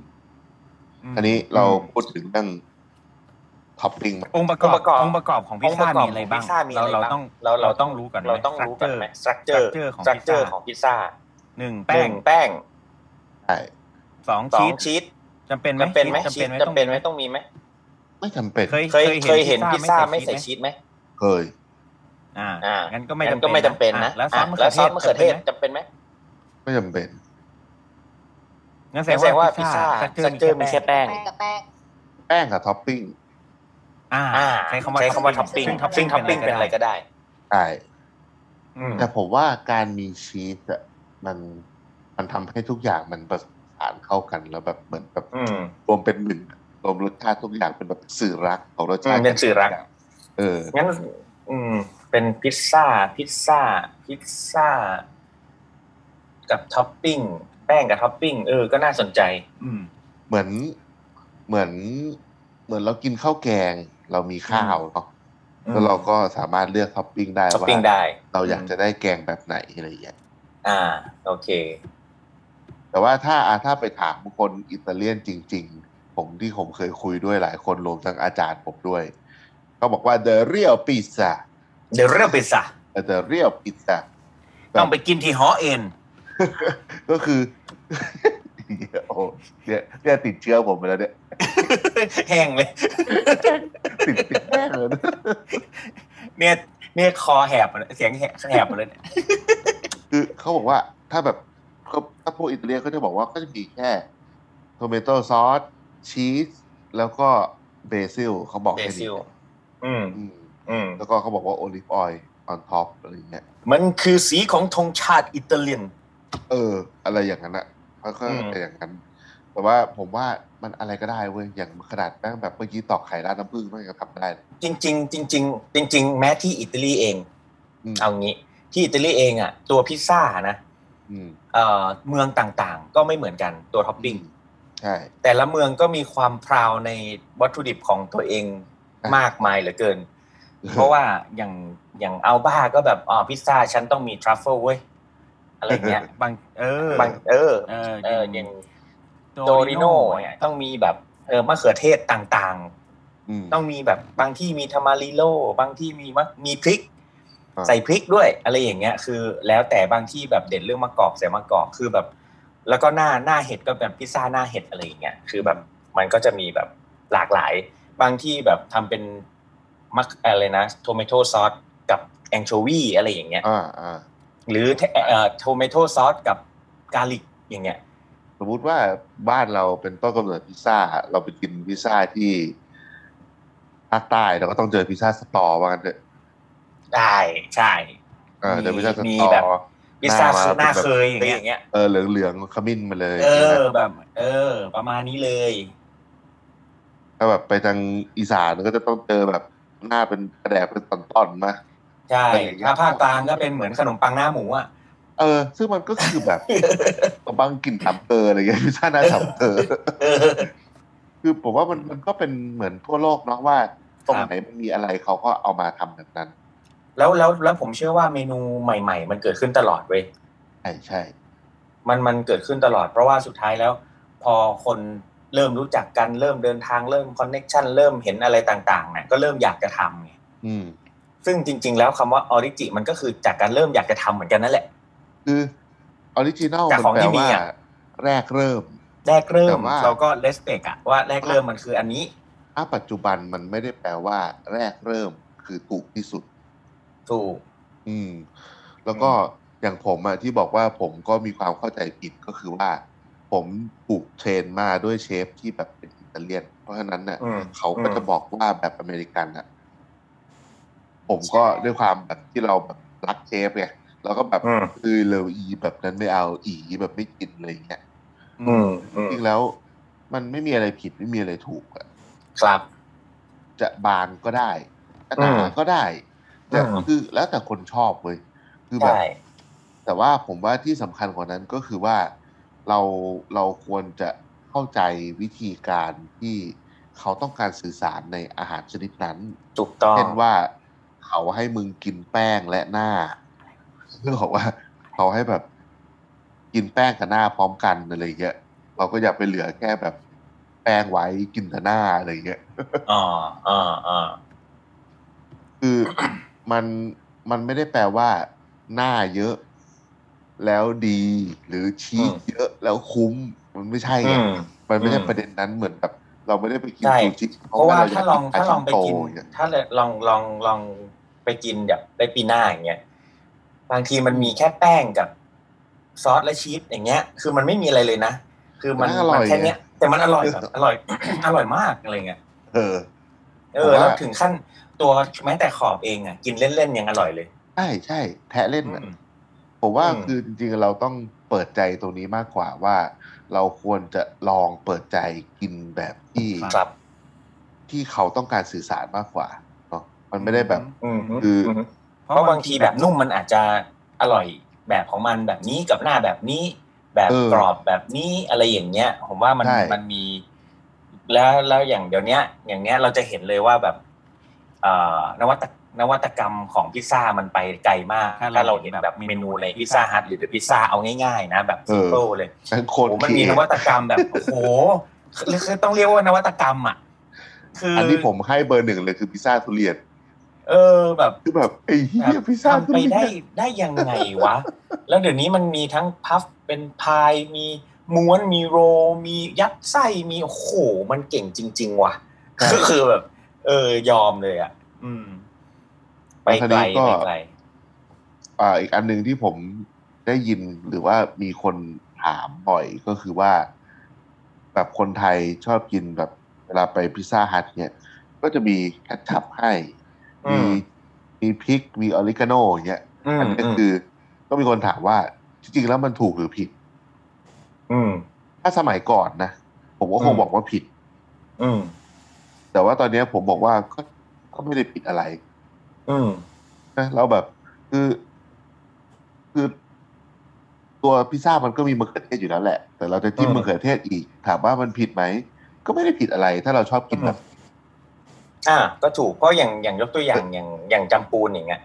Speaker 4: อันนี้เราพูดถึงเรื่องท็อปปิ้ง
Speaker 7: องค์ประกอบ
Speaker 5: องค์ประกอบ
Speaker 7: องค์ประกอบของพิซซ่ามีอะไรบ้าง เราเราต้อง
Speaker 5: เราเราต้อง
Speaker 7: รู้ก่อนไหม
Speaker 5: เราต้องรู้ก่อนไหมสตรัคเจอร์
Speaker 7: structure ของ
Speaker 5: สตรัคเจอ
Speaker 7: pizza
Speaker 5: ร์ของพิซซ่า
Speaker 7: หนึ่ง
Speaker 5: แป้
Speaker 7: แป้
Speaker 5: ง
Speaker 7: ง
Speaker 5: แป้ง
Speaker 4: ใช่
Speaker 7: สอง
Speaker 5: สอ
Speaker 7: ชี
Speaker 5: ง
Speaker 7: ส
Speaker 5: ชีส
Speaker 7: จำเป็นไหม
Speaker 5: จำเป็นไหม
Speaker 7: จำ
Speaker 5: ชี
Speaker 7: เป็
Speaker 5: ส
Speaker 7: นไหม
Speaker 5: จำเป็นไหมต้องมีไหม
Speaker 4: ไม่จำเป็น
Speaker 7: เคย
Speaker 5: เคยเคยเห็นพิซซ่าไม่ใส่
Speaker 7: ส
Speaker 5: ชีสไหม
Speaker 4: เคย
Speaker 7: อ่า
Speaker 5: อ่างั้
Speaker 7: งั้นก็ไม่
Speaker 5: งั้นก็ไม่จำเป็นนะ
Speaker 7: อ่แล้วซอ
Speaker 5: อ่ะ
Speaker 7: สมะ
Speaker 5: แล้วซอสมะ
Speaker 7: เขื
Speaker 5: เขื
Speaker 7: อ
Speaker 5: อ
Speaker 7: เท
Speaker 5: เท
Speaker 7: ศ
Speaker 5: ศ
Speaker 7: จำเป็นไหม
Speaker 5: จำเป็นไหม
Speaker 4: ไม่จำเป็น
Speaker 7: งั้น
Speaker 5: แสดงว่าพิซซ่า
Speaker 7: พิซ
Speaker 5: สตรัคเจอร์มีแค่แป้ง
Speaker 6: แป้งกับแป้ง
Speaker 4: แป้งกับท็อปปิ้ง
Speaker 7: อ่า
Speaker 5: อ่า
Speaker 7: ใช้คำว่า
Speaker 5: ใช้คำว่าท็อปปิ้ง
Speaker 7: ซึ่ง
Speaker 5: ท็อปปิ้งท็อปปิ้งเป็นอะไรก็ได้
Speaker 4: ใช่
Speaker 5: อืม
Speaker 4: แต่ผมว่าการมีชีสอะมันมันทำให้ทุกอย่างมันประสานเข้ากันแล้วแบบเหมือนแบบ
Speaker 5: อืม
Speaker 4: รวมเป็นหนึ่งรวมรสชาติทุกอย่างเป็นแบบสื่อรักของรสชาติ
Speaker 5: อืมเป็นสื่อรัก
Speaker 4: เออ
Speaker 5: งั้น อืม เป็นพิซซ่า พิซซ่า พิซซ่า กับท็อปปิ้ง แป้งกับท็อปปิ้ง เออ ก็น่าสนใจ
Speaker 7: อืม
Speaker 4: เหมือนเหมือนเหมือนเรากินข้าวแกง เรามีข้าวเนาะ
Speaker 5: อืม
Speaker 4: แล้วเราก็สามารถเลือกท็อปปิ้งได้
Speaker 5: ท็อป
Speaker 4: ว่า
Speaker 5: ปิ้งได้
Speaker 4: เราอยากจะได้แกงแบบไหนอะไรอย่างเงี้ย
Speaker 5: อ่า โอเค
Speaker 4: แต่ว่าถ้าอ่ะถ้าไปถามคนอิตาเลียนจริง ๆ ผมที่ผมเคยคุยด้วยหลายคนรวมทั้งอาจารย์ผมด้วยเขาบอกว่า the real pizza
Speaker 5: เดี๋ยวเรื่องพิซซ่า
Speaker 4: the real pizza
Speaker 7: ต้องไปกินที่หอเอ็น
Speaker 4: ก็คือ โอ้โหเนี่ยเนี่ยติดเชื้อผมไปแล้วเนี่ย
Speaker 5: แห้งเลย
Speaker 4: ติดติดแน่เลยนะ
Speaker 5: เนี่ยเนี่ยคอแหบหมดเลยเสียงแหบแหบหมดเลยเนี่ย
Speaker 4: คือเขาบอกว่าถ้าแบบเขาถ้าพวกอิตาเลียนเขาจะบอกว่าก็จะมีแค่โทเมโต้ซอสชีสแล้วก็เบซิลเขาบอก
Speaker 5: เบ
Speaker 4: แค่
Speaker 5: ซิ
Speaker 4: นี้
Speaker 5: ล อืม
Speaker 4: อืม
Speaker 5: อืม
Speaker 4: แล้วก็เขาบอกว่าโอลิฟออยล์ออนท็อปอะไรอย่างเงี้ย
Speaker 5: มันคือสีของธงชาติอิตาเลียน
Speaker 4: เออ อะไรอย่างนั้นอะเขาก็
Speaker 5: อืม
Speaker 4: อย่างนั้น แต่ว่าผมว่ามันอะไรก็ได้เว้ย อย่างขนาดแป้งแบบเมื่อกี้ตอกไข่ราดน้ำผึ้งมันก็ทำได้เลย
Speaker 5: จริงจริงๆจริง ๆ จริง ๆ แม้ที่อิตาลีเอง
Speaker 4: อืม
Speaker 5: เอางี้ ที่อิตาลีเองอ่ะ ตัวพิซซ่านะ
Speaker 4: อืม
Speaker 5: เอ่อเมืองต่างๆ ก็ไม่เหมือนกันตัวท็อปปิ้ง
Speaker 4: ใช่
Speaker 5: แต่ละเมืองก็มีความพราวในวัตถุดิบของตัวเอง
Speaker 4: อ่ะ
Speaker 5: มากมายเหลือเกิน
Speaker 4: เออ
Speaker 5: เพราะว่าอย่างอย่างอัลบ้าก็แบบอ๋อพิซซ่าฉันต้องมีทรัฟเฟิลเว้ย อะไรเงี้ย
Speaker 7: บางเออบ
Speaker 5: างเออ
Speaker 7: เออ
Speaker 5: เอออ
Speaker 7: ยั
Speaker 5: ย่าง งโดริโนเนี่ยต้องมีแบบเออมะเขือเทศต่าง
Speaker 4: อืม
Speaker 5: ๆ ต้องมีแบบบางที่มีทามาริโลบางที่มีมะมีพริก
Speaker 4: อ่า
Speaker 5: ใส่พริกด้วย อะไรอย่างเงี้ยคือ แล้วแต่บางที่แบบเด่นเรื่องมะกอกใส่มะกอกคือแบบ แล้วก็หน้าหน้าเห็ดก็แบบพิซซ่าหน้าเห็ดอะไรอย่างเงี้ยคือแบบมันก็จะมีแบบหลากหลาย บางที่แบบทำเป็นมักอะไรนะโทเมโตซอสกับแองโชวีอะไรอย่างเงี้ย
Speaker 4: อ่าอ่า
Speaker 5: หรือเอ่อโทเมโตซอสกับกาลิกอย่างเงี้ย
Speaker 4: สมมติว่าบ้านเราเป็นต้นกำเนิดพิซซ่า เราไปกินพิซซ่าที่ภาคใต้เราก็ต้องเจอพิซซ่าสตอว่ากันเถอะ
Speaker 5: ได้ใช่
Speaker 4: เออเจอ
Speaker 5: มี
Speaker 4: พิซซ่าส
Speaker 5: มี
Speaker 4: ตอ
Speaker 5: แบบ พิซซ่า
Speaker 4: หน้ามา
Speaker 5: หน้า
Speaker 4: เป็นแบบ
Speaker 5: เคยอย่างเงี้ย
Speaker 4: เออเหลืองเหลืองๆขมิ้นมาเลย
Speaker 5: เออ
Speaker 4: นะ
Speaker 5: แบบ เออ ประมาณนี้เลย
Speaker 4: ถ้าแบบไปทางอีสานก็จะต้องเจอแบบหน้าเป็นกระแดกเป็นตอนๆมา
Speaker 5: ใช่
Speaker 4: อะไรอย่างเงี้ย
Speaker 5: ถ้าภาคกลางก็เป็นเหมือนขนมปังหน้าหมูอ่ะ
Speaker 4: เออ ซึ่งมันก็คือแบบ บางกลิ่นตับเตออะไรอย่างเงี้ยพิซซ่าหน้าตับเตอ
Speaker 5: เออ
Speaker 4: คือผมว่ามันมันก็เป็นเหมือนทั่วโลกเนาะว่า ตรง
Speaker 5: ครับ
Speaker 4: ไหนมันมีอะไรเขาก็เอามาทำแบบนั้น
Speaker 5: แล้วแล้วแล้วผมเชื่อว่าเมนูใหม่ ๆ มันเกิดขึ้นตลอดเว้ย
Speaker 4: ใช่ใช่
Speaker 5: มันมันเกิดขึ้นตลอดเพราะว่าสุดท้ายแล้ว พอคนเริ่มรู้จักกันเริ่มเดินทางเริ่มคอนเน็ชันเริ่มเห็นอะไรต่างๆเนี่ยก็เริ่มอยากจะทำไง
Speaker 4: อืม
Speaker 5: ซึ่งจริง ๆ แล้วคำว่าออริจิมันก็คือจากการเริ่มอยากจะทำเหมือนกันนั่นแหละ
Speaker 4: คือออริจินอล
Speaker 5: จาก
Speaker 4: มัน
Speaker 5: ของ
Speaker 4: แปล
Speaker 5: ที่มี
Speaker 4: ว่า
Speaker 5: อะ
Speaker 4: แรกเริ่ม
Speaker 5: แรกเริ่
Speaker 4: แต่
Speaker 5: ม
Speaker 4: ว่า
Speaker 5: เราก็เลสเปกอะว่าแรกเริ่มมันคืออันนี้
Speaker 4: ถ้าปัจจุบันมันไม่ได้แปลว่า แรกเริ่มคือถูกที่สุด
Speaker 5: ถูก
Speaker 4: อืม แล้วก็อย่างผมอะที่บอกว่าผมก็มีความเข้าใจผิดก็คือว่า ผมถูกเทรนมาด้วยเชฟที่แบบเป็นอิตาเลียน เพราะฉะนั้นเนี่ย
Speaker 5: อืม
Speaker 4: เขาก็จะบอกว่าแบบอเมริกันอะผมก็ด้วยความแบบที่เราแบบรักเชฟไงเราก็แบบ
Speaker 5: อืม
Speaker 4: เออเลยอีแบบนั้นไม่เอาอีแบบไม่กินอะไรอย่างเงี้ย
Speaker 5: อืมอืม
Speaker 4: จริงๆแล้วมันไม่มีอะไรผิดไม่มีอะไรถูกอะ
Speaker 5: ครับ
Speaker 4: จะบางก็ได้จะหนา
Speaker 5: อืม
Speaker 4: ก็ได้แต่
Speaker 5: อืม
Speaker 4: คือแล้วแต่คนชอบเว้ยคือแบบ
Speaker 5: ใช่
Speaker 4: แต่ว่าผมว่าที่สำคัญกว่านั้นก็คือว่าเราเราควรจะเข้าใจวิธีการที่เขาต้องการสื่อสารในอาหารชนิดนั้น
Speaker 5: ถูกต้อง
Speaker 4: เช่นว่าเขาให้มึงกินแป้งและหน้าเรื่องของว่าเขาให้แบบกินแป้งกับหน้าพร้อมกันอะไรเงี้ยเราก็อย่าไปเหลือแค่แบบแป้งไว้กินแต่หน้าอะไรเงี้ย
Speaker 5: อ๋ออ๋ออ๋อ
Speaker 4: คือ มันมันไม่ได้แปลว่าหน้าเยอะ แล้วดีหรือชีสเยอะแล้วคุ้มมันไม่ใช่
Speaker 5: อื
Speaker 4: ไง
Speaker 5: ม
Speaker 4: มันไม่ใช่
Speaker 5: อืม
Speaker 4: ประเด็นนั้นเหมือนแบบเราไม่ได้ไปกิน
Speaker 5: ใช่
Speaker 4: ซูชิ
Speaker 5: เพราะว่าถ้าลอง
Speaker 4: เรยกน
Speaker 5: ถ้าลองไปกิน
Speaker 4: ปลาช่อนโตเงี้ย
Speaker 5: ถ้าลองลองลองไปกินแบบไปปีหน้าอย่างเงี้ยบางทีมันมีแค่แป้งกับซอสและชีสอย่างเงี้ย คือมันไม่มีอะไรเลยนะคือมันมันแค่เนี้ย แต่มันอร่อยแบบอร่อย อร่อยมากอะไรเงี้ย
Speaker 4: เออ
Speaker 5: เอ
Speaker 4: ผม
Speaker 5: อ
Speaker 4: ว่า
Speaker 5: แล้วถึงขั้นตัวแม้แต่ขอบเองอ่ะกินเล่นๆยังอร่อยเลย
Speaker 4: ใช่ใช่แทะเล่นน่ะ
Speaker 5: อืม
Speaker 4: ผมว่า
Speaker 5: อืม
Speaker 4: คือจริงๆเราต้องเปิดใจตรงนี้มากกว่าว่า เราควรจะลองเปิดใจกินแบบที่
Speaker 5: ครับ
Speaker 4: ที่เขาต้องการสื่อสารมากกว่าเนาะมันไม่ได้แบบ
Speaker 5: อืม
Speaker 4: คือ
Speaker 5: มเพราะบางทีแบบนุ่มมันอาจจะอร่อยแบบของมันแบบนี้กับหน้าแบบนี้ แบบ
Speaker 4: เออก
Speaker 5: รอบแบบนี้อะไรอย่างเงี้ย ผมว่ามัน
Speaker 4: ใช่
Speaker 5: มันมี แล้วแล้วอย่างเดี๋ยวเนี้ย อย่างเนี้ยเราจะเห็นเลยว่าแบบเอ่อนวัตนวัตกรรมของพิซซ่ามันไปไกลมาก
Speaker 7: ถ้าเรา
Speaker 5: ถ้าเราเห็นแบบเมนูในพิซซ่าฮัทหรือพิซซ่าเอาง่ายๆ นะแบบซิมเปิลเลย
Speaker 4: ทั้งค
Speaker 5: โอ้
Speaker 4: น
Speaker 5: โหมัน
Speaker 4: คิด
Speaker 5: มี
Speaker 4: เอง
Speaker 5: นวัตกรรมแบบโอ้โหคือคือต้องเรียกว่านวัตกรรมอ่ะ คือ
Speaker 4: อั
Speaker 5: อั
Speaker 4: นที่ผมให้เบอร์หนึ่งเลยคือพิซซ่าทุเรียน
Speaker 5: เออแบบ
Speaker 4: คือแบบไอ้เหี้ยพิซซ่า
Speaker 5: ทำ
Speaker 4: ทุ
Speaker 5: ไป
Speaker 4: เรีย
Speaker 5: ได้
Speaker 4: น
Speaker 5: ได้ยังไงวะ แล้วเดี๋ยวนี้มันมีทั้งพัฟเป็นพายมี ม้วนมีโรลมียัดไส้มีโอ้โหมันเก่งจริง ๆ ว่ะก็คือแบบ เออยอมเลยอ่ะอืม ไปไกล
Speaker 4: แล้วคราวนี้ก็
Speaker 5: ไปไกล
Speaker 4: อ่าอีกอันหนึ่งที่ผมได้ยินหรือว่ามีคนถามบ่อยก็คือว่า แบบคนไทยชอบกินแบบเวลาไปพิซซ่าฮัทเนี่ย ก็จะมีแคทชัพให้
Speaker 5: อื
Speaker 4: มี
Speaker 5: ม
Speaker 4: มีพริกมีออริกาโนอย่างเงี้ย
Speaker 5: อืม
Speaker 4: อันนี้คือ ก็มีคนถามว่า จริงๆแล้วมันถูกหรือผิด
Speaker 5: อืม
Speaker 4: ถ้าสมัยก่อนนะ ผมก็คง
Speaker 5: อืม
Speaker 4: บอกว่าผิด
Speaker 5: อืม
Speaker 4: แต่ว่าตอนเนี้ยผมบอกว่าก็ก็ไม่ได้ผิดอะไร
Speaker 5: อืม
Speaker 4: นะเราแบบคือคือ ตัวพิซซ่ามันก็มีมะเขือเทศอยู่แล้วแหละ แต่เราจะจิ้ม
Speaker 5: อืม
Speaker 4: มะเขือเทศอีก ถามว่ามันผิดไหม ก็ไม่ได้ผิดอะไร ถ้าเราชอบกิน
Speaker 5: อืม
Speaker 4: แบบ
Speaker 5: อ่า ก็ถูกเพราะอย่างอย่างยกตัวอย่างอย่างอย่างจำปูนอย่างเงี้ย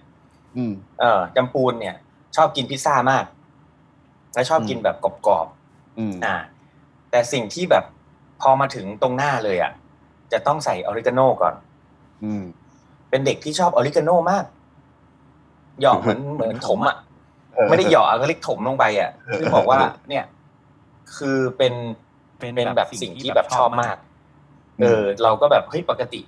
Speaker 4: อืม
Speaker 5: เออจำปูนเนี่ย ชอบกินพิซซ่ามาก และชอบกินแบบกรอบ
Speaker 4: อืม
Speaker 5: ๆอ่า แต่สิ่งที่แบบพอมาถึงตรงหน้าเลยอ่ะ จะต้องใส่ออริกาโน่ก่อน
Speaker 4: อืม
Speaker 5: เป็นเด็กที่ชอบออริกาโน่มาก หยอกเห มือน เหมือนถมอ่ะ ไม่ได้หยอกอะก็เล็กถมลงไปอ่ะคือบอกว่า เนี่ย คือเป็นเป็นแบบสิ่งที่แบบชอบมาก
Speaker 4: อืม
Speaker 5: เออ เราก็แบบเฮ้ยปกติ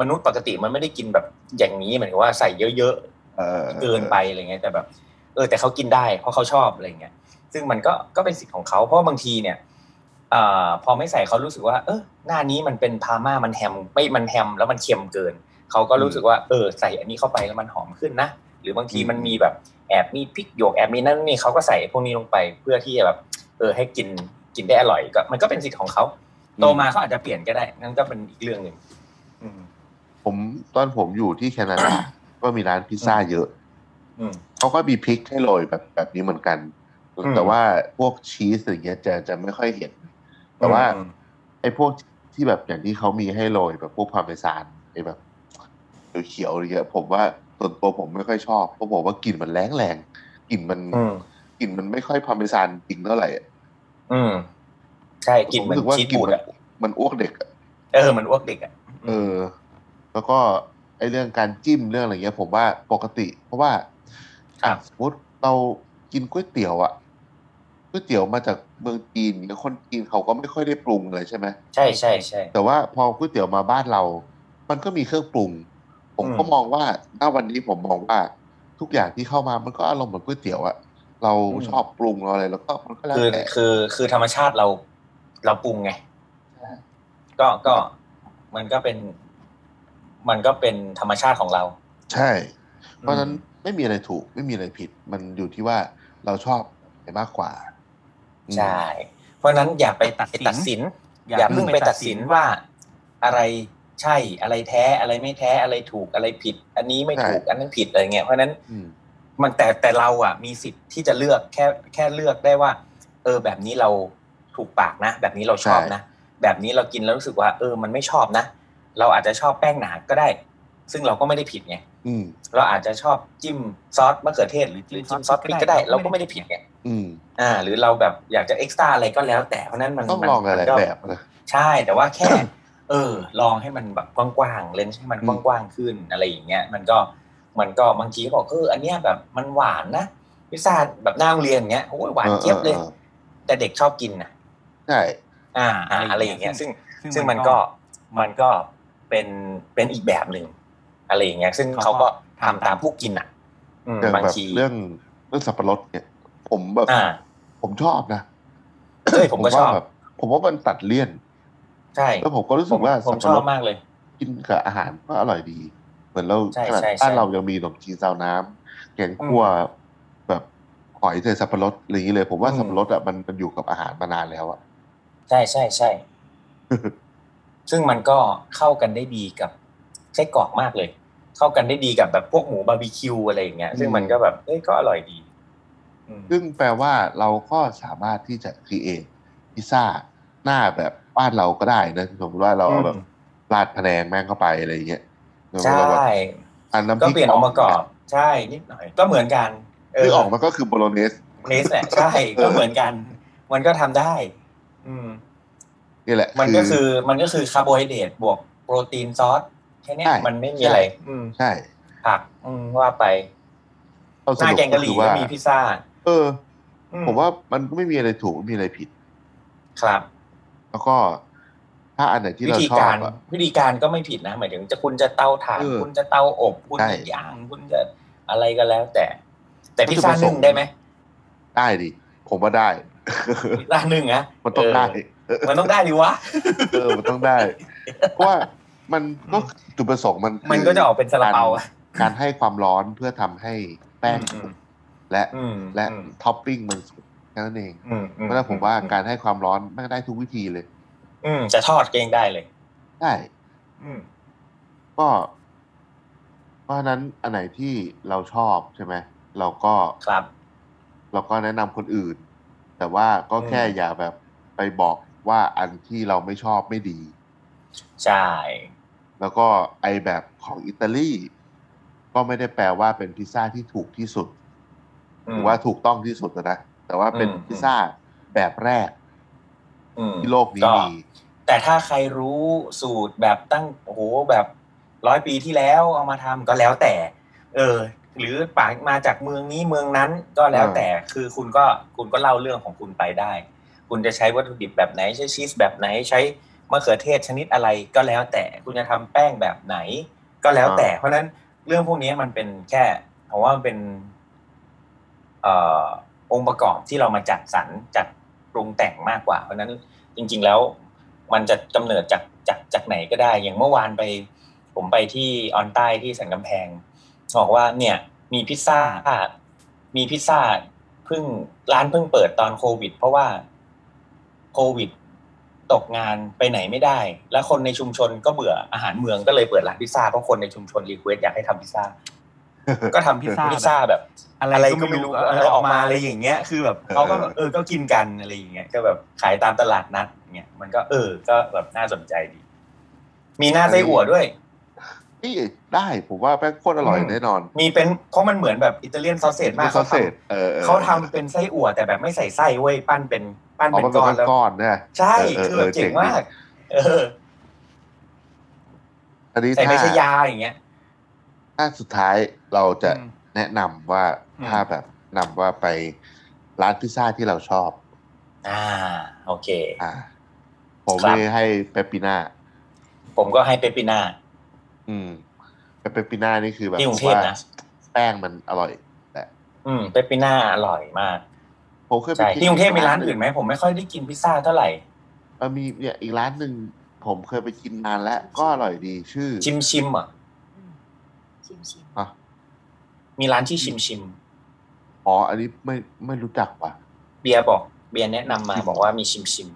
Speaker 5: มนุษย์ปกติมันไม่ได้กินแบบอย่างนี้เหมือนกับว่าใส่เยอะๆ
Speaker 4: เออ
Speaker 5: เกินไปอะไรเงี้ยแต่แบบ เออ แต่เขากินได้เพราะเขาชอบอะไรเงี้ย ซึ่งมันก็ก็เป็นสิทธิ์ของเขาเพราะบางทีเนี่ยอ่าพอไม่ใส่เขารู้สึกว่า เออหน้านี้มันเป็นพาม่ามันแฮมไม่มันแฮมแล้วมันเค็มเกินเขาก็รู้สึกว่าเออใส่อันนี้เข้าไปแล้วมันหอมขึ้นนะหรือบางทีมันมีแบบแอบมีพริกหยวกแอบมีนั่นนี่เขาก็ใส่พวกนี้ลงไปเพื่อที่จะแบบ เออ ให้กินกินได้อร่อยก็ มันก็เป็นสิทธิ์ของเขาโตมาเขาอาจจะเปลี่ยนก็ได้นั่นก็เป็นอีกเรื่องหนึ่งอืม
Speaker 4: ผมตอนผมอยู่ที่แคนาดา ก็มีร้านพิซซ่าเยอะ
Speaker 5: อืม
Speaker 4: เขาก็มีพริกให้โรยแบบแบบนี้เหมือนกัน
Speaker 5: อืม
Speaker 4: แต่ว่าพวกชีสอย่างเงี้ยจะจะไม่ค่อยเห็น แต่ว่า
Speaker 5: อืม
Speaker 4: ไอ้พวกที่แบบอย่างที่เขามีให้โรยแบบพวกพาร์เมซานไอ้แบบเขียวๆอะไรเงี้ยผมว่าส่วนตัวผมไม่ค่อยชอบเพราะบอกว่ากลิ่นมันแรงแรงๆกลิ่นมัน
Speaker 5: อืม
Speaker 4: กลิ่นมันไม่ค่อยพาร์เมซานจริงเท่าไหร่อะ
Speaker 5: อืมใช่กินเหมือน
Speaker 4: ผรู้สึว่า
Speaker 5: ชีส
Speaker 4: ลิ่
Speaker 5: บูด
Speaker 4: มั
Speaker 5: อะ
Speaker 4: มันอ้วกเด็กอะ
Speaker 5: เออเหมันอ้วกเด็กอ่ะ
Speaker 4: เออ แล้วก็ไอ้เรื่องการจิ้มเรื่องอะไรเงี้ย ผมว่าปกติ เพราะว่า
Speaker 5: ครั
Speaker 4: อ่ะ
Speaker 5: บ
Speaker 4: สมมติเรากินก๋วยเตี๋ยวอะก๋วยเตี๋ยวมาจากเมืองจีนเนี่ยคนจีนเขาก็ไม่ค่อยได้ปรุงเลยใช่ไหม
Speaker 5: ใช่ใช่ใช่
Speaker 4: แต่ว่าพอก๋วยเตี๋ยวมาบ้านเรา มันก็มีเครื่องปรุง ผมก็
Speaker 5: อืม
Speaker 4: มองว่าณวันนี้ผมมองว่า ทุกอย่างที่เข้ามามันก็อารมณ์เหมือนก๋วยเตี๋ยวอะเรา
Speaker 5: อืม
Speaker 4: ชอบปรุงเราอะไรแล้วก็มันก็แล้ว
Speaker 5: คือ
Speaker 4: แต่
Speaker 5: คือคือธรรมชาติเราเราปรุงไง ก็ก็มันก็เป็น มันก็เป็นธรรมชาติของเรา
Speaker 4: ใช่ เพราะฉะนั้นไม่มีอะไรถูกไม่มีอะไรผิด มันอยู่ที่ว่าเราชอบอะไรมากกว่าอืม
Speaker 5: ใช่ เพราะฉะนั้นอย่าไปตัด
Speaker 7: ตัดสิน
Speaker 5: ตัดสิน อย่าเพิ่งไปตัดสินว่าอะไรใช่อะไรแท้อะไรไม่แท้อะไรถูกอะไรผิด อันนี้ไม่
Speaker 4: ใช่
Speaker 5: ถูกอันนั้นผิดอะไรเงี้ยเพราะฉะนั้น
Speaker 4: อืม
Speaker 5: มันแต่แต่เราอ่ะมีสิทธิ์ที่จะเลือกแค่แค่เลือกได้ว่า เออ แบบนี้เราถูกปากนะ แบบนี้เราชอบนะ แบบนี้เรากินแล้วรู้สึกว่า เออ มันไม่ชอบนะ เราอาจจะชอบแป้งหนาก็ได้ ซึ่งเราก็ไม่ได้ผิดไง
Speaker 4: อืม
Speaker 5: เราอาจจะชอบจิ้มซอสมะเขือเทศหรือหรือจิ้มซอสพริกก็ได้ เราก็ไม่ได้ผิดไง
Speaker 4: อืม
Speaker 5: อ่า หรือเราแบบอยากจะเอ็กซ์ตร้าอะไรก็แล้ว แต่เพราะฉะนั้นมัน
Speaker 4: ต้อง
Speaker 5: มัน
Speaker 4: ลองห
Speaker 5: มั
Speaker 4: ลาน ย
Speaker 5: ก็
Speaker 4: ๆแบบนะ
Speaker 5: ใช่แต่ว่าแค่ เออ ลองให้มันแบบกว้างๆเลนส์ให้มัน
Speaker 4: อืม
Speaker 5: กว้างๆขึ้นอะไรอย่างเงี้ยมันก็มันก็บางทีก็บอกเอออันเนี้ยแบบมันหวานนะพิซซ่าแบบหน้าโรงเรียนอย่างเงี้ยโอ้ยหวานเจี๊ยบเลย
Speaker 4: ออออ
Speaker 5: แต่เด็กชอบกินนะ
Speaker 4: ใช่
Speaker 5: อ่าอ่าอะไรอย่างเงี้ยซึ่ง ซึ่งมันก็
Speaker 7: ก็
Speaker 5: มันก็เป็นเป็นอีกแบบหนึ่งอะไรอย่างเงี้ยซึ่งเขา
Speaker 7: เขาก็
Speaker 5: ก็ทำตามผู้กินอ่ะอืม
Speaker 4: อย่าง
Speaker 5: บาง
Speaker 4: แบบ
Speaker 5: ที
Speaker 4: เรื่องเรื่องสับปะรดเนี่ย ผมแบบ
Speaker 5: อ่า
Speaker 4: ผมชอบนะ
Speaker 5: เอ้ยผมก็ชอบ
Speaker 4: ว่าแบบผมว่ามันตัดเลี่ยน
Speaker 5: ใช่
Speaker 4: แล้วผมก็รู้สึ
Speaker 5: ผ
Speaker 4: ก
Speaker 5: ม
Speaker 4: ว่า
Speaker 5: ผม
Speaker 4: สับ
Speaker 5: ช
Speaker 4: ปะ
Speaker 5: อ
Speaker 4: ร
Speaker 5: บ
Speaker 4: ด
Speaker 5: มากเลย
Speaker 4: กินกับอาหารก็อร่อยดี เหมือนเรา
Speaker 5: ใช่
Speaker 4: ขนาด
Speaker 5: ใช่
Speaker 4: บ้าน
Speaker 5: ใช่
Speaker 4: เรายังมีขนมจีนซาวน้ำแกงคั่วแบบหอยใส่สับปะรดอะไรอย่างนี้เลย ผมว่า
Speaker 5: อืม
Speaker 4: สับปะรดอ่ะมันมันอยู่กับอาหารมานานแล้วอ่ะ
Speaker 5: ใช่ใช่ ใช่ ซึ่งมันก็เข้ากันได้ดีกับไส้กรอกมากเลย เข้ากันได้ดีกับแบบพวกหมูบาร์บีคิวอะไรอย่างเงี้ย ซึ่งมันก็แบบเอ้ยก็อร่อยดีอืม
Speaker 4: ซึ่งแปลว่าเราก็สามารถที่จะค r e เอทพิซซ่าหน้าแบบบ้านเราก็ได้นะสมมติว่าเราเอาแบบราดพะแนงแม่งเข้าไปอะไรอย่างเงี้ย
Speaker 5: ใช่
Speaker 4: เราแบบอันน้ำพ
Speaker 5: ก็
Speaker 4: ริก
Speaker 5: เปลี่ยนองค์ประกอบ ใช่นิดหน่อย ก็เหมือนกันเ
Speaker 4: คือออกมันก็คือโบโลเนส
Speaker 5: เนสแหละใช่ก็เหมือนกัน มันก็ทำได้ อืม
Speaker 4: นี่แหละ
Speaker 5: มันก็คือมันก็คือคาร์โบไฮเดรตบวกโปรตีนซอสแค่เนี้ย
Speaker 4: ใช่
Speaker 5: มันไม่มีอะไร อืม
Speaker 4: ใช่
Speaker 5: ผักอืมว่าไป
Speaker 4: เรา
Speaker 5: ห
Speaker 4: ส
Speaker 5: น้า
Speaker 4: รุป
Speaker 5: แกงกะหรี่
Speaker 4: คือว่า
Speaker 5: ก็มีพิซซ่า
Speaker 4: เออ
Speaker 5: อื
Speaker 4: ผมว่ามันไม่มีอะไรถูกไม่มีอะไรผิด
Speaker 5: ครับ
Speaker 4: แล้วก็ถ้าอันไหนที่
Speaker 5: วิ
Speaker 4: เรา
Speaker 5: ธี
Speaker 4: ชอก
Speaker 5: า
Speaker 4: บ
Speaker 5: ร
Speaker 4: อะ
Speaker 5: วิธีการก็ไม่ผิดนะหมายถึงจะคุณจะเตาถ่าน
Speaker 4: เออ
Speaker 5: คุณจะเตาอบคุณ
Speaker 4: ใช่
Speaker 5: จะย่างคุณจะอะไรก็แล้ว แต่ แต่พิซซ่า
Speaker 4: วัตถุประส
Speaker 5: นึ่
Speaker 4: ง
Speaker 5: ง
Speaker 4: ค์
Speaker 5: ได้ไหม
Speaker 4: ได้ดิ ผมว่าได้
Speaker 5: พิซซ่านึ่งนะ
Speaker 4: มันต้อง
Speaker 5: เ
Speaker 4: ได้
Speaker 5: มันต้องได้ดิวะ
Speaker 4: เออ มันต้องได้ เพราะว่ามันก็จุดประสงค์มัน
Speaker 5: มันก็จะออกเป็นซาลาเปาอะ
Speaker 4: การการให้ความร้อนเพื่อทำให้แป้ง
Speaker 5: อืมอืม
Speaker 4: และ
Speaker 5: อืม
Speaker 4: และ
Speaker 5: อืม
Speaker 4: ท็อปปิ้งมันสุกแค่นั้นเอง
Speaker 5: อืมอื
Speaker 4: เพราะฉะนั้นผมว่าการให้ความร้อนมันก็ได้ทุกวิธีเลย
Speaker 5: อืมจะทอดก็ยังได้เลย
Speaker 4: ได้
Speaker 5: อืม
Speaker 4: ก็ เพราะฉะนั้นอันไหนที่เราชอบใช่ไหมเราก็
Speaker 5: ครับ
Speaker 4: เราก็แนะนำคนอื่น แต่ว่าก็แค่
Speaker 5: อืม
Speaker 4: อย่าแบบไปบอกว่าอันที่เราไม่ชอบไม่ดี
Speaker 5: ใช่
Speaker 4: แล้วก็ไอแบบของอิตาลีก็ไม่ได้แปลว่าเป็นพิซซ่าที่ถูกที่สุด
Speaker 5: อืม
Speaker 4: หรือว่าถูกต้องที่สุดนะ แต่ว่าเป็น
Speaker 5: อืม
Speaker 4: พิซซ่าแบบแรก
Speaker 5: อืม
Speaker 4: ที่โลกนี้
Speaker 5: ก็
Speaker 4: มี
Speaker 5: แต่ถ้าใครรู้สูตรแบบตั้งโอ้โหแบบร้อยปีที่แล้วเอามาทำก็แล้วแต่ เออ หรือปากมาจากเมืองนี้เมืองนั้นก็แล้วแต่คือคุณก็คุณก็เล่าเรื่องของคุณไปได้ คุณจะใช้วัตถุดิบแบบไหนใช้ชีสแบบไหนใช้มะเขือเทศชนิดอะไรก็แล้วแต่คุณจะทำแป้งแบบไหน ก็แล้วแต่ เพราะฉะนั้นเรื่องพวกนี้มันเป็นแค่ผมว่ามันเป็น เอ่อองค์ประกอบที่เรามาจัดสรรจัดปรุงแต่งมากกว่า เพราะฉะนั้นจริง ๆแล้วมันจะกำเนิดจากจากจากไหนก็ได้ อย่างเมื่อวานไป ผมไปที่ออนใต้ที่สันกำแพงบอกว่าเนี่ย มีพิซซ่ามีพิซซ่าเพิ่งร้านเพิ่งเปิดตอนโควิด เพราะว่าโควิด ตกงานไปไหนไม่ได้ แล้วคนในชุมชนก็เบื่ออาหารเมืองก็เลยเปิดร้านพิซซ่าเพราะคนในชุมชนรีเควสต์อยากให้ทำพิซซ่า ก็ทำพิซซ่า
Speaker 7: พิ
Speaker 5: พิ
Speaker 7: ซ
Speaker 5: ซ
Speaker 7: ซ่า
Speaker 5: ซ่า
Speaker 7: แบ
Speaker 5: แบบ บ
Speaker 7: อะไร
Speaker 5: อะไร
Speaker 7: ก็
Speaker 5: ก็
Speaker 7: ไม่
Speaker 5: ไม่
Speaker 7: รู้
Speaker 5: รู้
Speaker 7: อะไร
Speaker 5: อ
Speaker 7: อ
Speaker 5: อ
Speaker 7: อกกมา
Speaker 5: มา
Speaker 7: อะ
Speaker 5: อะไร ไรอย่
Speaker 7: อา
Speaker 5: ย่าง ง
Speaker 7: เงี้
Speaker 5: เงี้
Speaker 7: ย
Speaker 5: ย
Speaker 7: คื
Speaker 5: คือ อ
Speaker 7: แบ
Speaker 5: แบบ บ
Speaker 7: เขา
Speaker 5: เขา
Speaker 7: ก็
Speaker 5: ก็
Speaker 7: แบ
Speaker 5: แบบ บ
Speaker 7: เอ
Speaker 5: เอ
Speaker 7: อ
Speaker 5: อ
Speaker 7: ก็
Speaker 5: ก็
Speaker 7: กิ
Speaker 5: กิ
Speaker 7: น
Speaker 5: น
Speaker 7: กั
Speaker 5: กัน น
Speaker 7: อะ
Speaker 5: อะไร ไรอย่
Speaker 7: อา
Speaker 5: ย่าง ง
Speaker 7: เงี้
Speaker 5: เงี้ย
Speaker 7: ยก็
Speaker 5: ก็
Speaker 7: แบ
Speaker 5: แบบ บ
Speaker 7: ขายตามตลาดนัดเงี้ยมันก็เออ ก็แบบน่าสนใจดี มีหน้าไส้อั่วด้วย
Speaker 4: นี่ได้ผมว่าแป้งโคตรอร่อย
Speaker 5: อืม
Speaker 4: แน่นอน
Speaker 5: มีเป็นเพราะมันเหมือนแบบอิตาเลียนซอสเซจมาก
Speaker 4: ซอ
Speaker 5: เขา
Speaker 4: ส
Speaker 5: ท
Speaker 4: เศษเอออ
Speaker 5: ำ
Speaker 4: อ
Speaker 5: เขาทำเป็นไส้อั่วแต่แบบไม่ใส่ไส้เว้ยปั้นเป็นปั้น
Speaker 4: ออก
Speaker 5: เป็น
Speaker 4: มาเป็
Speaker 5: ก้อน
Speaker 4: น
Speaker 5: แล้ว
Speaker 4: ก้อนๆนะ
Speaker 5: ใช่
Speaker 4: ออ
Speaker 5: คือ
Speaker 4: อ
Speaker 5: แบ
Speaker 4: อบ
Speaker 5: เจ๋งมาก เออ
Speaker 4: อันนี้
Speaker 5: ใส่
Speaker 4: ถ้า
Speaker 5: ไม่ใช่ยาอย่างเงี้ย
Speaker 4: ถ้าสุดท้ายเราจะ
Speaker 7: อืม
Speaker 4: แนะนำว่า
Speaker 7: อืม
Speaker 4: ถ้าแบบนำว่าไปร้านพิซซ่าที่เราชอบ
Speaker 5: อ่า โอเค
Speaker 4: อ่า ผม
Speaker 5: ครับ
Speaker 4: นี่ให้เปปปิน่า
Speaker 5: ผมก็ให้เปปปิน่า
Speaker 4: อืมเปปปิน่านี่คือแบบ
Speaker 5: ที่กรุงเทพ
Speaker 4: ว่า
Speaker 5: นะ
Speaker 4: แป้งมันอร่อย
Speaker 5: อืมเปปปิน่าอร่อยมาก
Speaker 4: ผมเคยไป
Speaker 5: ใช่
Speaker 4: กิน
Speaker 5: ที่กรุงเทพมีร้านอื่นไหมผมไม่ค่อยได้กินพิซซ่าเท่าไหร่
Speaker 4: เออมีเนี่ยอีกร้านหนึ่งผมเคยไปกินนานแล้วก็อร่อยดีชื่อ
Speaker 5: ชิมชิมๆอ่ะ
Speaker 6: ชิมชิม
Speaker 4: อ่ะ
Speaker 5: มีร้านที่ชิมชิม
Speaker 4: อ๋ออันนี้ไม่ไม่รู้จักว่ะ
Speaker 5: ๆเบียร์บอกเบียร์แนะนำ มาบอกว่ามีชิมชิม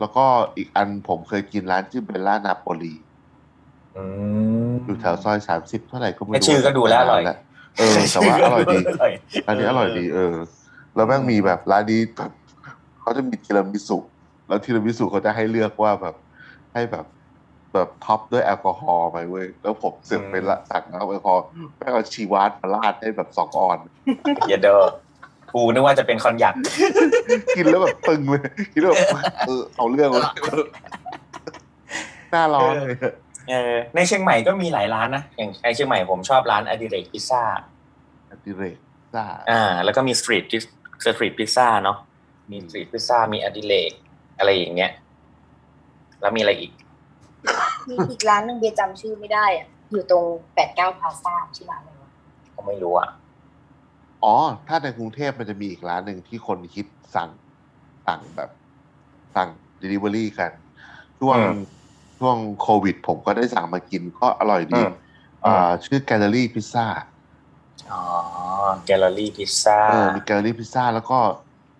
Speaker 4: แล้วก็อีกอันผมเคยกินร้านชื่อเบลล่านาโปลี
Speaker 5: ๆอืม
Speaker 4: อยู่แถวซอยสามสิบเท่าไหร่ก็ไม่
Speaker 5: แค่
Speaker 4: รู้
Speaker 5: ชื่อก็ดูแล้วอร่อย
Speaker 4: เออแต่ว่าอร่อยดีอันนี้อร่อยดี เออ แล้วแม่งมีแบบร้านนี้แบบเขาจะมีทีรามิสุแล้วทีรามิสุเขาจะให้เลือกว่าแบบให้แบบแบบท็อปด้วยแอลกอฮอล์ไปเว้ยแล้วผมเสือกไปละสั่งเอาแอลกอฮอล์แม่งเอาชีวาสมาราดให้แบบสองออน
Speaker 5: อย่าเด้อกูนึกว่าจะเป็นคอนยัก
Speaker 4: กินแล้วแบบตึงเลยกินแล้วแบบเออเอาเรื่อง เลยหน้าร้อนเลย
Speaker 5: เออในเชียงใหม่ก็มีหลายร้านนะ อย่างในเชียงใหม่ผมชอบร้านอดิเรกพิซซ่า
Speaker 4: อดิเรกซ่า
Speaker 5: อ่า แล้วก็มีสตรีทสตรีทพิซซ่าเนาะ มีสตรีทพิซซ่า มีอดิเรกอะไรอย่างเงี้ย แล้วมีอะไรอีก
Speaker 6: มีอีกร้านหนึ่งเบียร์จำชื่อไม่ได้อะอยู่ตรงแปดเก้าพาซ่าชื่อร้านอะไรวะ
Speaker 5: ผมไม่รู้อ่ะ
Speaker 4: อ๋อ ถ้าในกรุงเทพมันจะมีอีกร้านหนึ่งที่คนคิดสั่ง สั่งแบบ สั่ง Delivery กัน ช่วง
Speaker 5: อืม
Speaker 4: ช่วงโควิด ผมก็ได้สั่งมากินก็อร่อยดี
Speaker 5: อืม
Speaker 4: อ่าชื่อแกลเลอรี่พิซซ่า
Speaker 5: อ๋อ แกลเลอรี่พิซซ่า
Speaker 4: เออมีแกลเลอรี่พิซซ่าแล้วก็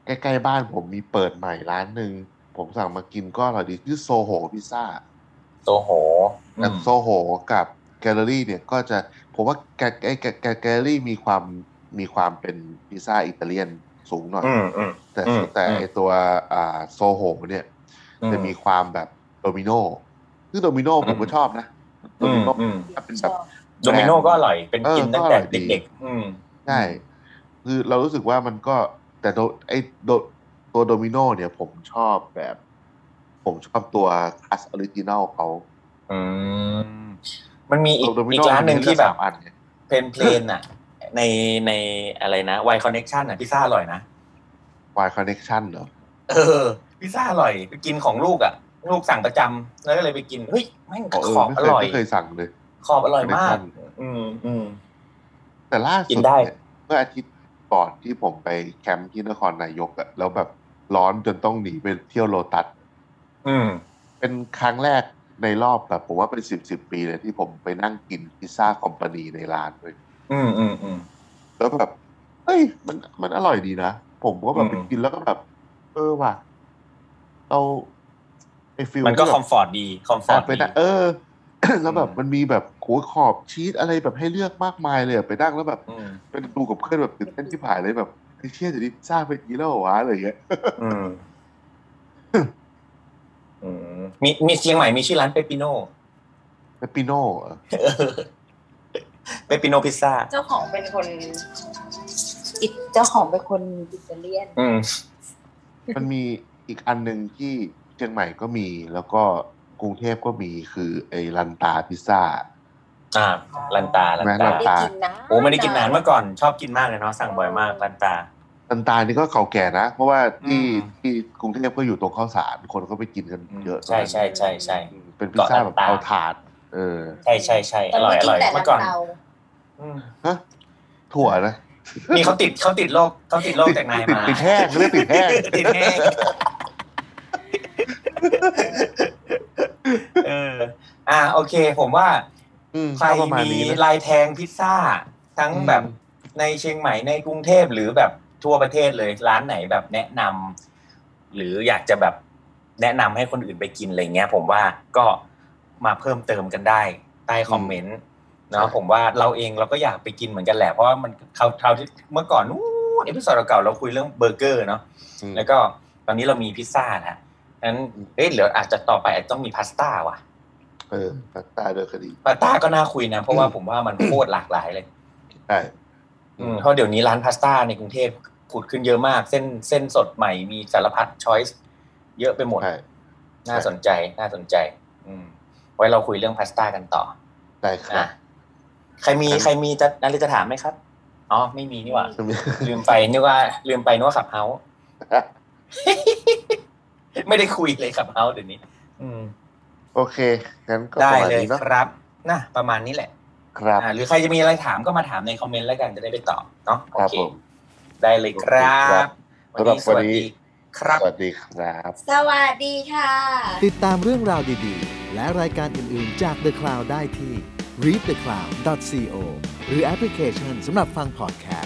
Speaker 4: ใกล้ๆบ้านผมมีเปิดใหม่ร้านหนึ่ง ผมสั่งมากินก็อร่อยดีชื่อโซโหพิซซ่า
Speaker 5: โซโหอื
Speaker 4: แต่
Speaker 5: ม
Speaker 4: โซโหกับแกลเลอรี่เนี่ยก็จะ ผมว่าแกแกแกแกแกลเลอรี่มีความมีความเป็นพิซซ่าอิตาเลียนสูงหน่อย
Speaker 5: อืมอืม
Speaker 4: แต่
Speaker 5: อืม
Speaker 4: แต่
Speaker 5: อืม
Speaker 4: ไอตัวอ่าโซโหเนี่ย
Speaker 5: อื
Speaker 4: จะมีความแบบโดมิโนซึ่งโดมิโนผมก็ชอบนะ โด
Speaker 5: อื
Speaker 4: มิ
Speaker 5: ม
Speaker 4: โน
Speaker 5: อืม
Speaker 4: ถ้าเป็นแบบ
Speaker 6: ชอ
Speaker 5: โดมิโนก็อร่อย เป็น
Speaker 4: เออ
Speaker 5: กินตั้ง
Speaker 4: ก็อร่
Speaker 5: แต่
Speaker 4: อยดี
Speaker 5: เด็กๆ อืม
Speaker 4: ใช่คือเรารู้สึกว่ามันก็แต่โดไอโดตัวโดมิโนเนี่ยผมชอบแบบ ผมชอบตัวคัสออริจิน a ลเขา
Speaker 5: อืม มันมีอีก
Speaker 4: ตัวโดมิ
Speaker 5: อี
Speaker 4: โน
Speaker 5: กร้านหนึ่งที่แบบ
Speaker 4: สามอันเนี่ย
Speaker 5: เพนเพลนอ่ะ ในในอะไรนะไวคอนเน็กชันอ่ะพิซซ่าอร่อยนะ
Speaker 4: วายคอนเน c ชั o นเหรอ
Speaker 5: เออ พิซซ่าอร่อยไปกินของลูกอ่ะ ลูกสั่งประจำแล้วก็เลยไปกินเฮ้ยแม่ง
Speaker 4: เออ
Speaker 5: ขอบ
Speaker 4: ไม่
Speaker 5: อ
Speaker 4: เคย
Speaker 5: ร่อย
Speaker 4: ไม่เคยสั่งเลย
Speaker 5: ขอบอร่อยมาก
Speaker 4: ไม่เคยทำ
Speaker 5: อืมอืม
Speaker 4: แต่ล่า
Speaker 5: กิ
Speaker 4: สุด
Speaker 5: นได้
Speaker 4: เนี่ยเมื่ออาทิตย์ก่อนที่ผมไปแคมป์ที่นครนายกอะแล้วแบบร้อนจนต้องหนีไปเที่ยวโลตัส
Speaker 5: อืม
Speaker 4: เป็นครั้งแรกในรอบแบบผมว่าเป็นสิบสิบปีเลยที่ผมไปนั่งกินพิซซ่าคอมพานีในร้านเลย
Speaker 5: อืมอืมอืม
Speaker 4: แล้วแบบเฮ้ยมันมันอร่อยดีนะ ผมก็แบบ
Speaker 5: อืม
Speaker 4: ไปกินแล้วก็แบบ เออว่ะเราไอฟิล
Speaker 5: มันก็
Speaker 4: ที่
Speaker 5: ค
Speaker 4: แบบ
Speaker 5: อมฟอร์ตดีคอมฟอร์ต
Speaker 4: ไป
Speaker 5: ดี
Speaker 4: นั่งเออ แล้วแบบ
Speaker 5: อืม
Speaker 4: มันมีแบบโหขอบชีสอะไรแบบให้เลือกมากมายเลยอะไปนั่งแล้วแบบ
Speaker 5: อืม
Speaker 4: เป็นดูกับเพื่อนแบบตื่นเต้นที่ผ่ายเลยแบบไอ้เชี่ยจะดิซ่าเป็นอย่างนี้แล้วเหรอวะอะไรอย่างเงี้ย
Speaker 5: อืมอืมมีมีเชียงใหม่มีชื่อร้านเปปปิโน่
Speaker 4: เปปปิโน่เหรอ
Speaker 5: เปปปิโน่พิซซ่า
Speaker 6: เจ้าของเป็นคนอิตเจ้าของเป็นคนอิตาเลียน
Speaker 5: อืม
Speaker 4: มันมีอีกอันหนึ่งที่เชียงใหม่ก็มี แล้วก็กรุงเทพก็มีคือไอ้ลันตาพิซซ่า
Speaker 5: อ่าลันตาลัน
Speaker 4: แม่
Speaker 5: ตา
Speaker 4: ลันตา
Speaker 6: ได้กินนะ
Speaker 5: โอ้ไม่ได้กินนานเมื่อก่อนชอบกินมากเลยเนาะสั่งบ่อยมากลันตา
Speaker 4: ลันตานี่ก็เก่าแก่นะ เพราะว่าที่
Speaker 5: อืม
Speaker 4: ที่กรุงเทพก็อยู่ตรงข้าวสารคนก็ไปกินกันเยอะ
Speaker 5: ใช่ใช่ใช่ใช่
Speaker 4: เป็นพิซซ่าแบบ
Speaker 5: เกาะลันตา
Speaker 4: เอาถาด เออ
Speaker 5: ใช่ใช่ใช่อ
Speaker 6: แต่
Speaker 5: ร่อยอ
Speaker 6: กิน
Speaker 5: ร่อย
Speaker 6: แต่
Speaker 5: เมื่อก่อน
Speaker 6: ลำเตา
Speaker 5: อืม
Speaker 4: ฮะถั่วนะ
Speaker 5: นี่เขาติดเขาติดโรคเขาติดโรค
Speaker 4: ติด
Speaker 5: จากนาย
Speaker 4: ติด
Speaker 5: มา
Speaker 4: ติดแห้งเรียกติดแห้ง
Speaker 5: ติดแห้งเออ อ่า โอเค ผมว่า
Speaker 4: อืม
Speaker 5: ใคร
Speaker 4: ก็ประมาณ
Speaker 5: มี
Speaker 4: นี้นะ
Speaker 5: ลายแทงพิซซ่า ทั้ง
Speaker 4: อืม
Speaker 5: แบบในเชียงใหม่ในกรุงเทพหรือแบบทั่วประเทศเลยร้านไหนแบบแนะนำหรืออยากจะแบบแนะนำให้คนอื่นไปกินอะไรเงี้ย ผมว่าก็มาเพิ่มเติมกันได้ใต้คอมเมนต์เนาะผมว่าเราเองเราก็อยากไปกินเหมือนกันแหละ เพราะว่ามันคราวคราวที่เมื่อก่อนนู้นเอพิโซดเก่าๆเราคุยเรื่องเบอร์เกอร์เนาะ
Speaker 4: อืม
Speaker 5: แล้วก็ตอนนี้เรามีพิซซ่าแล้วนั้นเอ้ยเดี๋ยวอาจจะต่อไปอาจจะต้องมีพาสต้าว่ะ
Speaker 4: เออลันตาเดอคดี
Speaker 5: พาสต้าก็น่าคุยนะ เพราะว่าผมว่ามันโคตรหลากหลายเลย
Speaker 4: ใช่
Speaker 5: อืมเพราะเดี๋ยวนี้ร้านพาสต้าในกรุงเทพผุดขึ้นเยอะมาก เส้นเส้นสดใหม่มีสารพัดช้อยส์เยอะไปหมด
Speaker 4: ใช่
Speaker 5: น่าสนใจน่าสนใจ อืมไว้เราคุยเรื่องพาสต้ากันต่อ
Speaker 4: ใช่ครั
Speaker 5: นะ
Speaker 4: บ
Speaker 5: ใครมี
Speaker 4: ครับ
Speaker 5: ใครมีจะนาริจะถามไหมครับอ๋อไม่มีนี่หว่า
Speaker 4: ใช่ไหม
Speaker 5: ลืมไปนึกว่า ลืมไปนึกว่าขับเฮา ไม่ได้คุยเลยขับเฮาเดี๋ยวนี้ อืม
Speaker 4: โอเค งั้นก็ป
Speaker 5: ได้
Speaker 4: ระมาณ
Speaker 5: เลย
Speaker 4: นี้เนาะ
Speaker 5: ครับนะประมาณนี้แหละ
Speaker 4: ครับ
Speaker 5: อ่าหรือใครจะมีอะไรถามก็มาถามในคอมเมนต์แล้วกันจะได้ไปตอบเนาะโอ
Speaker 4: ครับ
Speaker 5: เค
Speaker 4: ผม
Speaker 5: ได้เลยครับ วันนี้ส
Speaker 4: สำห
Speaker 5: วั
Speaker 4: รับวั
Speaker 5: น ส
Speaker 4: นี้
Speaker 5: ดีครับ
Speaker 4: สวัสดีครับ
Speaker 6: สวัสดีค่ะ
Speaker 1: ติดตามเรื่องราวดีๆ และรายการอื่นๆจาก The Cloud ได้ที่ readthecloud.co หรือแอปพลิเคชันสำหรับฟัง podcast